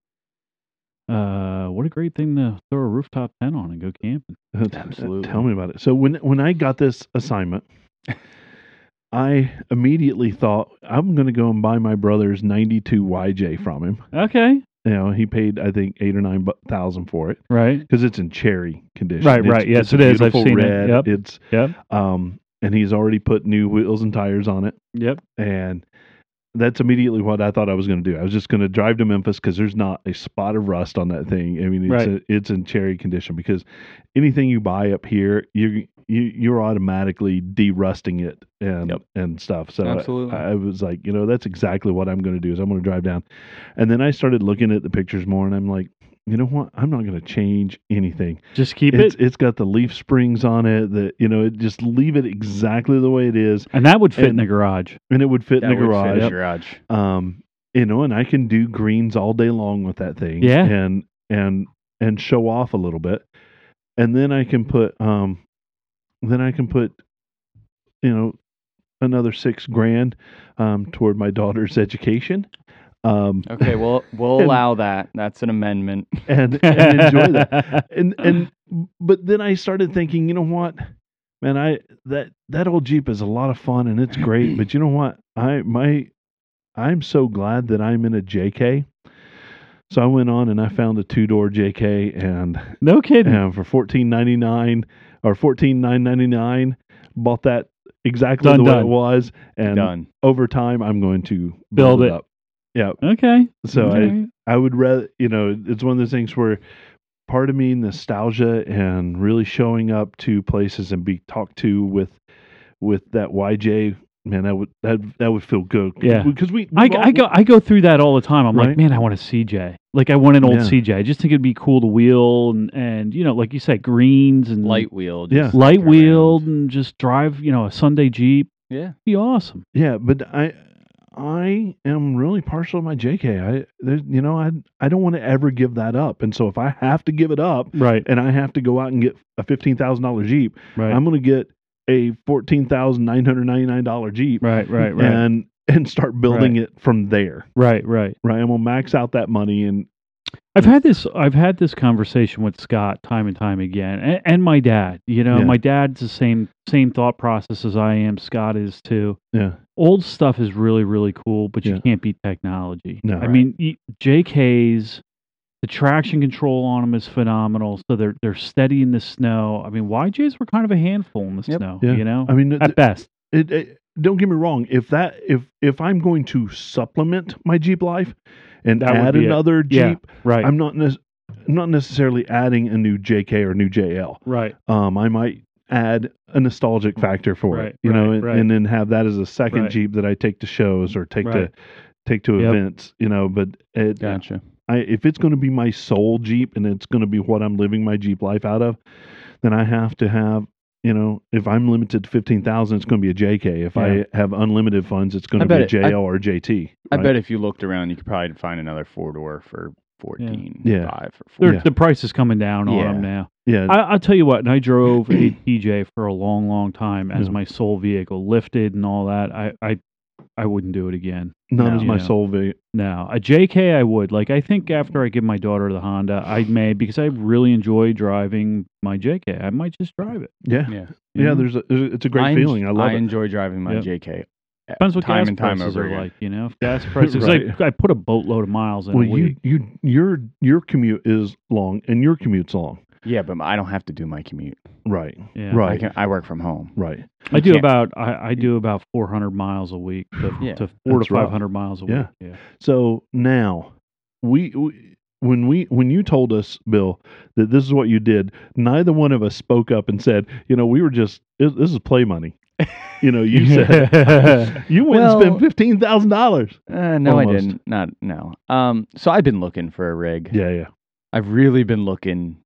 [SPEAKER 2] uh, what a great thing to throw a rooftop tent on and go camping.
[SPEAKER 3] Absolutely.
[SPEAKER 1] uh, Tell me about it. So when when I got this assignment, I immediately thought I'm going to go and buy my brother's 92
[SPEAKER 2] Mm-hmm.
[SPEAKER 1] YJ from him.
[SPEAKER 2] Okay.
[SPEAKER 1] You know, he paid I think 8 or 9 bu- thousand for it
[SPEAKER 2] Right.
[SPEAKER 1] cuz it's in cherry condition.
[SPEAKER 2] Right,
[SPEAKER 1] It's-
[SPEAKER 2] right. Yes,
[SPEAKER 1] it's a
[SPEAKER 2] it is. I've
[SPEAKER 1] beautiful
[SPEAKER 2] seen it.
[SPEAKER 1] red.
[SPEAKER 2] Yep.
[SPEAKER 1] It's
[SPEAKER 2] Yep.
[SPEAKER 1] um and he's already put new wheels and tires on it
[SPEAKER 2] Yep.
[SPEAKER 1] and that's immediately what I thought I was going to do. I was just going to drive to Memphis because there's not a spot of rust on that thing. I mean, it's
[SPEAKER 2] Right.
[SPEAKER 1] a, it's in cherry condition because anything you buy up here, you you you're automatically de-rusting it and
[SPEAKER 3] Yep.
[SPEAKER 1] and stuff. So uh,
[SPEAKER 3] Absolutely.
[SPEAKER 1] I, I was like, you know, that's exactly what I'm going to do is I'm going to drive down, and then I started looking at the pictures more, and I'm like. You know what? I'm not going to change anything.
[SPEAKER 2] Just keep
[SPEAKER 1] It's,
[SPEAKER 2] it.
[SPEAKER 1] it's got the leaf springs on it. That you know, it just leave it exactly the way it is,
[SPEAKER 2] And that would fit in
[SPEAKER 1] and-
[SPEAKER 2] the garage.
[SPEAKER 1] and it would fit in the garage
[SPEAKER 3] garage.
[SPEAKER 1] um you know and i can do greens all day long with that thing
[SPEAKER 2] Yeah.
[SPEAKER 1] and and and show off a little bit and then i can put um then i can put you know another six grand um toward my daughter's education um,
[SPEAKER 3] Okay, well, we'll allow that. That's an amendment.
[SPEAKER 1] and, and enjoy that. And and but then I started thinking, you know what, man, I that that old Jeep is a lot of fun and it's great, but you know what, I my I'm so glad that I'm in a JK. So I went on and I found a two door JK and
[SPEAKER 2] no kidding.
[SPEAKER 1] um, for fourteen ninety nine or fourteen nine ninety nine. Bought that exactly
[SPEAKER 2] Done,
[SPEAKER 1] the way
[SPEAKER 2] done.
[SPEAKER 1] it was, and
[SPEAKER 3] Done.
[SPEAKER 1] over time I'm going to
[SPEAKER 2] Build
[SPEAKER 1] build,
[SPEAKER 2] it.
[SPEAKER 1] it up. Yeah,
[SPEAKER 2] Okay.
[SPEAKER 1] so I
[SPEAKER 2] Okay.
[SPEAKER 1] I would rather, you know, it's one of those things where part of me nostalgia and really showing up to places and be talked to with with that YJ man that would that that would feel good
[SPEAKER 2] Yeah.
[SPEAKER 1] because we
[SPEAKER 2] I,
[SPEAKER 1] we've all-
[SPEAKER 2] I go I go through that all the time. I'm like,
[SPEAKER 1] Right.
[SPEAKER 2] man, I want a CJ. Like I want an old
[SPEAKER 1] Yeah.
[SPEAKER 2] CJ. I just think it'd be cool to wheel and and you know, like you said, greens and
[SPEAKER 3] Light wheeled.
[SPEAKER 1] Yeah.
[SPEAKER 2] light wheeled and just drive. You know, a Sunday Jeep.
[SPEAKER 3] Yeah.
[SPEAKER 2] Be awesome.
[SPEAKER 1] yeah but I I am really partial to my JK I there's you know I I don't want to ever give that up and so if I have to give it up
[SPEAKER 2] Right.
[SPEAKER 1] and I have to go out and get a fifteen thousand dollar Jeep
[SPEAKER 2] Right.
[SPEAKER 1] I'm gonna get a fourteen thousand nine hundred ninety nine dollar Jeep
[SPEAKER 2] right. Right. Right.
[SPEAKER 1] and and start building it from there.
[SPEAKER 2] right. Right.
[SPEAKER 1] Right, and we'll max out that money and
[SPEAKER 2] I've had this. I've had this conversation with Scott time and time again, and, and my dad. You know,
[SPEAKER 1] Yeah.
[SPEAKER 2] my dad's the same same thought process as I am. Scott is too.
[SPEAKER 1] yeah,
[SPEAKER 2] Old stuff is really really cool, but
[SPEAKER 1] Yeah.
[SPEAKER 2] you can't beat technology.
[SPEAKER 1] No.
[SPEAKER 2] I
[SPEAKER 1] Right.
[SPEAKER 2] mean, y- JK's the traction control on them is phenomenal. So they're they're steady in the snow. I mean, YJ's were kind of a handful in the
[SPEAKER 3] Yep.
[SPEAKER 2] snow.
[SPEAKER 1] Yeah.
[SPEAKER 2] You know,
[SPEAKER 1] I mean,
[SPEAKER 2] at
[SPEAKER 1] it,
[SPEAKER 2] best.
[SPEAKER 1] it, it- don't get me wrong. If that if if I'm going to supplement my Jeep life and
[SPEAKER 2] That would
[SPEAKER 1] add
[SPEAKER 2] be it.
[SPEAKER 1] another
[SPEAKER 2] Yeah.
[SPEAKER 1] Jeep,
[SPEAKER 2] Right.
[SPEAKER 1] I'm not ne- not necessarily adding a new JK or new JL.
[SPEAKER 2] right.
[SPEAKER 1] Um, I might add a nostalgic factor for
[SPEAKER 2] Right,
[SPEAKER 1] it, you know,
[SPEAKER 2] right,
[SPEAKER 1] and,
[SPEAKER 2] right.
[SPEAKER 1] and then have that as a second
[SPEAKER 2] Right.
[SPEAKER 1] Jeep that I take to shows or take
[SPEAKER 2] Right.
[SPEAKER 1] to take to
[SPEAKER 2] Yep.
[SPEAKER 1] events, you know. But it,
[SPEAKER 3] Gotcha.
[SPEAKER 1] I, if it's going to be my sole Jeep and it's going to be what I'm living my Jeep life out of, then I have to have, you know, if I'm limited to 15,000, it's going to be a JK. If
[SPEAKER 2] Yeah.
[SPEAKER 1] I have unlimited funds, it's
[SPEAKER 3] I
[SPEAKER 1] going to
[SPEAKER 3] bet
[SPEAKER 1] be a
[SPEAKER 3] it- I-
[SPEAKER 1] JL or a JT.
[SPEAKER 3] I
[SPEAKER 1] right?
[SPEAKER 3] bet if you looked around, you could probably find another four door for fourteen,
[SPEAKER 1] Yeah.
[SPEAKER 3] five or
[SPEAKER 2] They're-
[SPEAKER 3] four.
[SPEAKER 2] The price is coming down on
[SPEAKER 3] Yeah.
[SPEAKER 2] them now.
[SPEAKER 1] Yeah.
[SPEAKER 2] I, I'll tell you what, and I drove a TJ for a long, long time as
[SPEAKER 1] Yeah.
[SPEAKER 2] my sole vehicle, lifted and all that. I, I, I wouldn't do it again.
[SPEAKER 1] not
[SPEAKER 3] no,
[SPEAKER 1] as my
[SPEAKER 2] yeah.
[SPEAKER 1] sole ve-
[SPEAKER 2] No, a JK I would. Like I think after I give my daughter the Honda, I may because I really enjoy driving my JK. I might just drive it.
[SPEAKER 1] Yeah.
[SPEAKER 3] Yeah.
[SPEAKER 2] you
[SPEAKER 1] Yeah.
[SPEAKER 2] know?
[SPEAKER 1] There's a, there's a- it's a great
[SPEAKER 3] en-
[SPEAKER 1] feeling. I love it.
[SPEAKER 3] enjoy driving my
[SPEAKER 2] Yep.
[SPEAKER 3] JK. uh,
[SPEAKER 2] depends what
[SPEAKER 3] time
[SPEAKER 2] gas
[SPEAKER 3] and time
[SPEAKER 2] prices
[SPEAKER 3] over
[SPEAKER 2] are
[SPEAKER 3] again.
[SPEAKER 2] like. You know, If gas prices. 'cause
[SPEAKER 1] Right.
[SPEAKER 2] I, I put a boatload of miles in.
[SPEAKER 1] well,
[SPEAKER 2] a
[SPEAKER 1] you,
[SPEAKER 2] week.
[SPEAKER 1] you, your, your commute is long and your commute's long.
[SPEAKER 3] Yeah, but I don't have to do my commute.
[SPEAKER 1] Right.
[SPEAKER 2] Yeah.
[SPEAKER 1] Right.
[SPEAKER 3] I can. I work from home.
[SPEAKER 1] Right.
[SPEAKER 2] I do
[SPEAKER 3] can't-
[SPEAKER 2] about I, I do about four hundred miles a week to,
[SPEAKER 3] Yeah.
[SPEAKER 2] to four to
[SPEAKER 1] That's rough.
[SPEAKER 2] five hundred miles a
[SPEAKER 1] Yeah.
[SPEAKER 2] week. Yeah.
[SPEAKER 1] So now, we, we when we when you told us, Bill, that this is what you did, neither one of us spoke up and said, you know, we were just this this is play money. You know, you said you went
[SPEAKER 3] Well-
[SPEAKER 1] and spent fifteen thousand dollars.
[SPEAKER 3] Uh, no, I
[SPEAKER 1] Almost.
[SPEAKER 3] didn't. Not no. Um. So I've been looking for a rig.
[SPEAKER 1] Yeah, yeah,
[SPEAKER 3] I've really been looking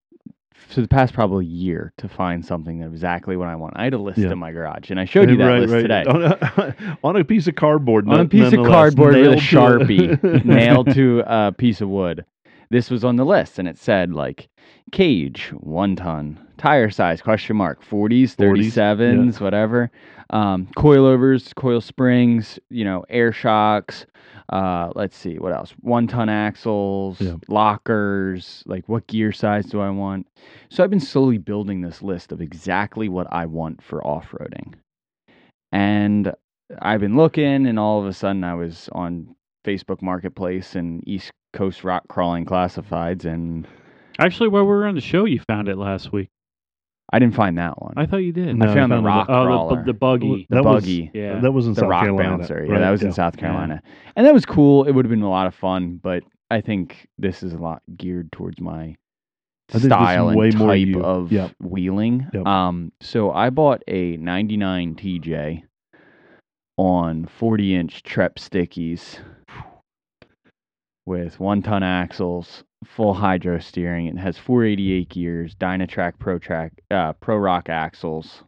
[SPEAKER 3] for the past probably year to find something that exactly what I want. I had a list
[SPEAKER 1] Yeah.
[SPEAKER 3] in my garage, and I showed you that
[SPEAKER 1] right,
[SPEAKER 3] list
[SPEAKER 1] right.
[SPEAKER 3] today.
[SPEAKER 1] On a, on a piece of cardboard.
[SPEAKER 3] On a
[SPEAKER 1] no-
[SPEAKER 3] piece of
[SPEAKER 1] nonetheless,
[SPEAKER 3] cardboard with a
[SPEAKER 1] nailed to
[SPEAKER 3] sharpie, nailed to a piece of wood. This was on the list, and it said like cage one ton, tire size question mark forties,
[SPEAKER 1] 40s, yeah.
[SPEAKER 3] thirty-sevens, whatever, um, coilovers, coil springs, you know, air shocks. Uh, let's see what else. One ton axles,
[SPEAKER 1] Yeah.
[SPEAKER 3] lockers. Like what gear size do I want? So I've been slowly building this list of exactly what I want for off roading. And I've been looking, and all of a sudden I was on Facebook Marketplace and East Coast Rock Crawling Classifieds, and
[SPEAKER 2] Actually, while we were on the show, you found it last week.
[SPEAKER 3] I didn't find that one.
[SPEAKER 2] I thought you did.
[SPEAKER 1] No,
[SPEAKER 3] I
[SPEAKER 1] I
[SPEAKER 3] found the
[SPEAKER 1] found the-
[SPEAKER 3] rock
[SPEAKER 2] oh, the,
[SPEAKER 3] crawler,
[SPEAKER 2] bu- the buggy.
[SPEAKER 1] That was-
[SPEAKER 3] buggy,
[SPEAKER 2] yeah.
[SPEAKER 1] That was in
[SPEAKER 3] the
[SPEAKER 1] South
[SPEAKER 3] rock
[SPEAKER 1] Carolina.
[SPEAKER 3] bouncer. Yeah,
[SPEAKER 1] right?
[SPEAKER 3] that was in South Carolina, and that was cool. It would have been a lot of fun, but I think this is a lot geared towards my
[SPEAKER 1] I think this is
[SPEAKER 3] style and
[SPEAKER 1] way more
[SPEAKER 3] type
[SPEAKER 1] you.
[SPEAKER 3] of
[SPEAKER 1] Yep.
[SPEAKER 3] wheeling.
[SPEAKER 1] Yep.
[SPEAKER 3] Um, so I bought a '99 TJ on 40 inch trep stickies with one ton axles, full hydro steering. It has 488 gears, Dynatrack Pro Track, uh, Pro Rock axles.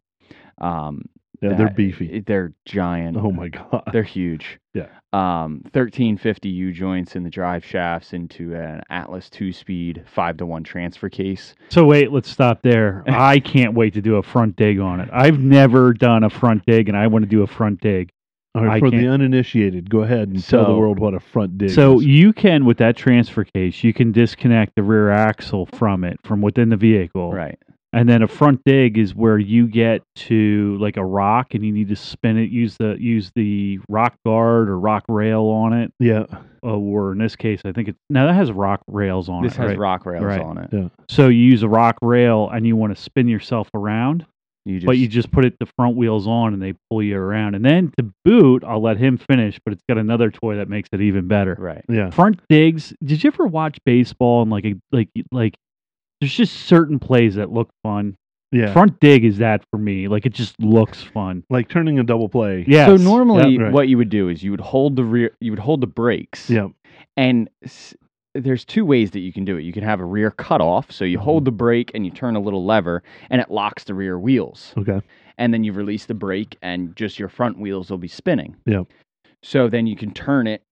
[SPEAKER 3] Um,
[SPEAKER 1] Yeah, they're
[SPEAKER 3] that-
[SPEAKER 1] beefy.
[SPEAKER 3] They're giant.
[SPEAKER 1] Oh my god.
[SPEAKER 3] They're huge.
[SPEAKER 1] Yeah.
[SPEAKER 3] Um, 1350 U joints in the drive shafts into an Atlas two speed five to one transfer case.
[SPEAKER 2] So wait, let's stop there. I can't wait to do a front dig on it. I've never done a front dig, and I want to do a front dig.
[SPEAKER 1] All right,
[SPEAKER 2] I
[SPEAKER 1] for the
[SPEAKER 2] can't-
[SPEAKER 1] uninitiated, go ahead and tell the
[SPEAKER 2] So-
[SPEAKER 1] world what a front dig
[SPEAKER 2] So
[SPEAKER 1] is.
[SPEAKER 2] you can, with that transfer case, you can disconnect the rear axle from it, from within the
[SPEAKER 1] Oh
[SPEAKER 2] vehicle.
[SPEAKER 3] Right.
[SPEAKER 2] And then a front dig is where you get to like a rock and you need to spin it, use the use the rock guard or rock rail on it.
[SPEAKER 1] yeah,
[SPEAKER 2] Or in this case, I think it now that has rock rails on
[SPEAKER 3] This
[SPEAKER 2] it.
[SPEAKER 3] has
[SPEAKER 2] right?
[SPEAKER 3] rock rails
[SPEAKER 2] Right.
[SPEAKER 3] on it.
[SPEAKER 1] Yeah.
[SPEAKER 2] So you use a rock rail and you want to spin yourself around,
[SPEAKER 3] You just,
[SPEAKER 2] but you just put it the front wheels on and they pull you around. And then to boot, I'll let him finish, but it's got another toy that makes it even better.
[SPEAKER 3] right.
[SPEAKER 1] yeah.
[SPEAKER 2] Front digs. Did you ever watch baseball and like a, like like there's just certain plays that look fun.
[SPEAKER 1] Yeah.
[SPEAKER 2] Front dig is that for me. Like it just looks fun.
[SPEAKER 1] like turning a double play.
[SPEAKER 2] Yeah.
[SPEAKER 3] So normally,
[SPEAKER 1] Yep, right.
[SPEAKER 3] what you would do is you would hold the rear, you would hold the brakes,
[SPEAKER 1] Yeah.
[SPEAKER 3] and s- there's two ways that you can do it. You can have a rear cutoff, so you
[SPEAKER 1] Mm-hmm.
[SPEAKER 3] hold the brake and you turn a little lever, and it locks the rear wheels,
[SPEAKER 1] Okay.
[SPEAKER 3] and then you release the brake, and just your front wheels will be spinning.
[SPEAKER 1] Yep.
[SPEAKER 3] So then you can turn it,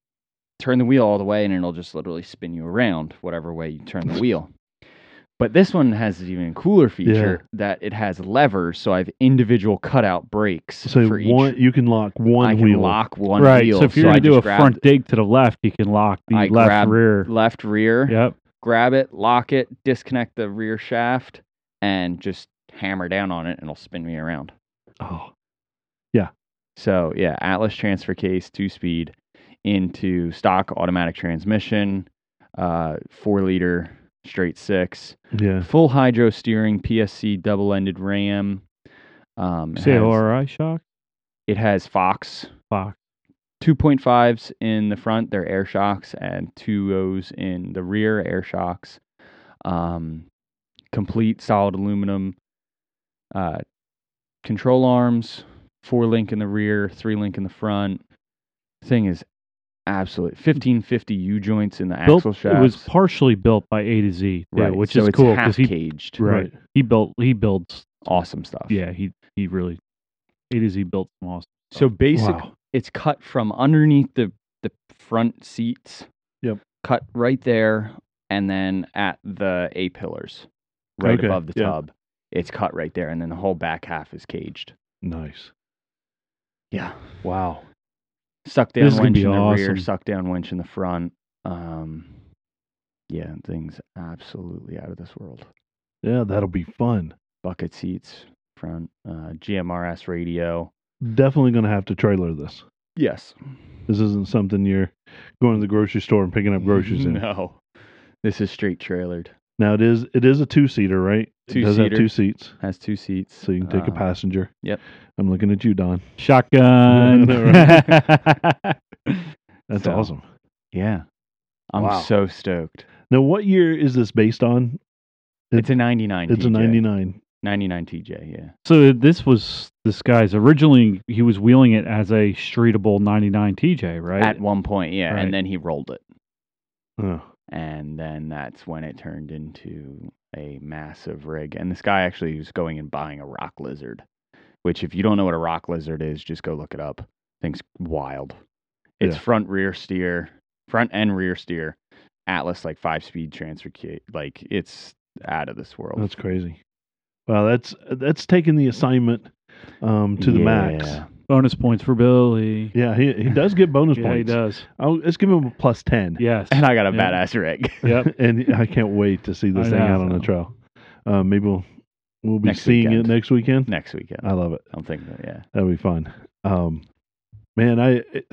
[SPEAKER 3] turn the wheel all the way, and it'll just literally spin you around whatever way you turn the wheel. But this one has an even cooler feature that it has levers, so I have individual cutout brakes
[SPEAKER 1] So
[SPEAKER 3] for each
[SPEAKER 1] one, you can lock one
[SPEAKER 3] I can
[SPEAKER 1] wheel.
[SPEAKER 3] lock one
[SPEAKER 2] right.
[SPEAKER 3] wheel.
[SPEAKER 2] so if you're
[SPEAKER 3] I
[SPEAKER 2] gonna do
[SPEAKER 3] just
[SPEAKER 2] a
[SPEAKER 3] grab
[SPEAKER 2] front dig to the left, you can lock the
[SPEAKER 3] I
[SPEAKER 2] left
[SPEAKER 3] grab
[SPEAKER 2] rear.
[SPEAKER 3] the left rear,
[SPEAKER 2] Yep.
[SPEAKER 3] grab it, lock it, disconnect the rear shaft, and just hammer down on it, and it'll spin me around.
[SPEAKER 1] Oh,
[SPEAKER 3] So yeah, Atlas transfer case, two speed, into stock automatic transmission, uh, four liter straight six,
[SPEAKER 1] yeah.
[SPEAKER 3] full hydro steering, PSC double ended ram. Um, it,
[SPEAKER 2] Say
[SPEAKER 3] has,
[SPEAKER 2] ORI shock.
[SPEAKER 3] it has Fox
[SPEAKER 2] Fuck.
[SPEAKER 3] 2.5s in the front, they're air shocks, and 2.0s in the rear, air shocks. Um, complete solid aluminum uh, control arms, four link in the rear, three link in the front. Thing is absolute 1550 U joints in the
[SPEAKER 2] Built,
[SPEAKER 3] axle shafts.
[SPEAKER 2] it was partially built by A to Z, too,
[SPEAKER 3] right,
[SPEAKER 2] which
[SPEAKER 3] so
[SPEAKER 2] is
[SPEAKER 3] it's
[SPEAKER 2] cool
[SPEAKER 3] half
[SPEAKER 2] he
[SPEAKER 3] caged.
[SPEAKER 2] right.
[SPEAKER 1] Right.
[SPEAKER 2] He built he builds
[SPEAKER 3] Awesome stuff.
[SPEAKER 2] yeah, he he really A to Z built some awesome.
[SPEAKER 3] So basic,
[SPEAKER 1] Wow.
[SPEAKER 3] it's cut from underneath the the front seats.
[SPEAKER 1] Yep.
[SPEAKER 3] Cut right there, and then at the A pillars, right
[SPEAKER 1] Okay,
[SPEAKER 3] above the
[SPEAKER 1] yeah.
[SPEAKER 3] tub. It's cut right there, and then the whole back half is caged.
[SPEAKER 1] Nice.
[SPEAKER 3] Yeah.
[SPEAKER 1] Wow.
[SPEAKER 3] Suck
[SPEAKER 2] This is
[SPEAKER 3] down
[SPEAKER 2] gonna
[SPEAKER 3] winch
[SPEAKER 2] be
[SPEAKER 3] in the rear,
[SPEAKER 2] awesome.
[SPEAKER 3] suck down winch in the front. Um, yeah, and things absolutely out of this world.
[SPEAKER 1] Yeah, that'll be fun.
[SPEAKER 3] Bucket seats, front, uh, GMRS radio.
[SPEAKER 1] Definitely going to have to trailer this.
[SPEAKER 3] Yes.
[SPEAKER 1] This isn't something you're going to the grocery store and picking up groceries in.
[SPEAKER 3] No, this is straight trailered.
[SPEAKER 1] Now it is it is a two seater, right? It does have
[SPEAKER 3] Two-seater.
[SPEAKER 1] two seats,
[SPEAKER 3] Has two seats,
[SPEAKER 1] so you can take a
[SPEAKER 3] um,
[SPEAKER 1] passenger.
[SPEAKER 3] yep.
[SPEAKER 1] I'm looking at you, Don.
[SPEAKER 2] Shotgun.
[SPEAKER 1] That's
[SPEAKER 3] So-
[SPEAKER 1] awesome.
[SPEAKER 3] Yeah. I'm
[SPEAKER 1] Wow.
[SPEAKER 3] so stoked.
[SPEAKER 1] Now, what year is this based on? It-
[SPEAKER 3] It's a 99
[SPEAKER 1] It's
[SPEAKER 3] TJ.
[SPEAKER 1] a 99.
[SPEAKER 3] 99 TJ, yeah.
[SPEAKER 2] so this was this guy's originally he was wheeling it as a streetable 99 TJ, right?
[SPEAKER 3] At one point, yeah.
[SPEAKER 2] Right.
[SPEAKER 3] And then he rolled it.
[SPEAKER 1] Oh,
[SPEAKER 3] And then that's when it turned into a massive rig. And this guy actually was going and buying a rock lizard, which, if you don't know what a rock lizard is, just go look it up. Thing's wild. It's
[SPEAKER 1] Yeah.
[SPEAKER 3] front rear steer, front and rear steer, Atlas, like five speed transfer kit. Like, it's out of this world.
[SPEAKER 1] Oh, that's crazy. Wow, that's that's taking the assignment um, to the max.
[SPEAKER 3] Yeah.
[SPEAKER 2] Bonus points for Billy.
[SPEAKER 1] Yeah, he, he does get bonus
[SPEAKER 2] Yeah,
[SPEAKER 1] points.
[SPEAKER 2] he does.
[SPEAKER 1] I'll, let's give him a plus 10.
[SPEAKER 2] Yes.
[SPEAKER 3] And I got a
[SPEAKER 2] Yeah.
[SPEAKER 3] badass rig.
[SPEAKER 2] yep.
[SPEAKER 1] and I can't wait to see this
[SPEAKER 2] I
[SPEAKER 1] thing
[SPEAKER 2] know.
[SPEAKER 1] out on the trail. Uh, maybe we'll we'll be
[SPEAKER 3] Next
[SPEAKER 1] seeing
[SPEAKER 3] weekend.
[SPEAKER 1] it next weekend.
[SPEAKER 3] Next weekend.
[SPEAKER 1] I love it.
[SPEAKER 3] I'm thinking, yeah.
[SPEAKER 1] That'll be fun. Um, man, I it,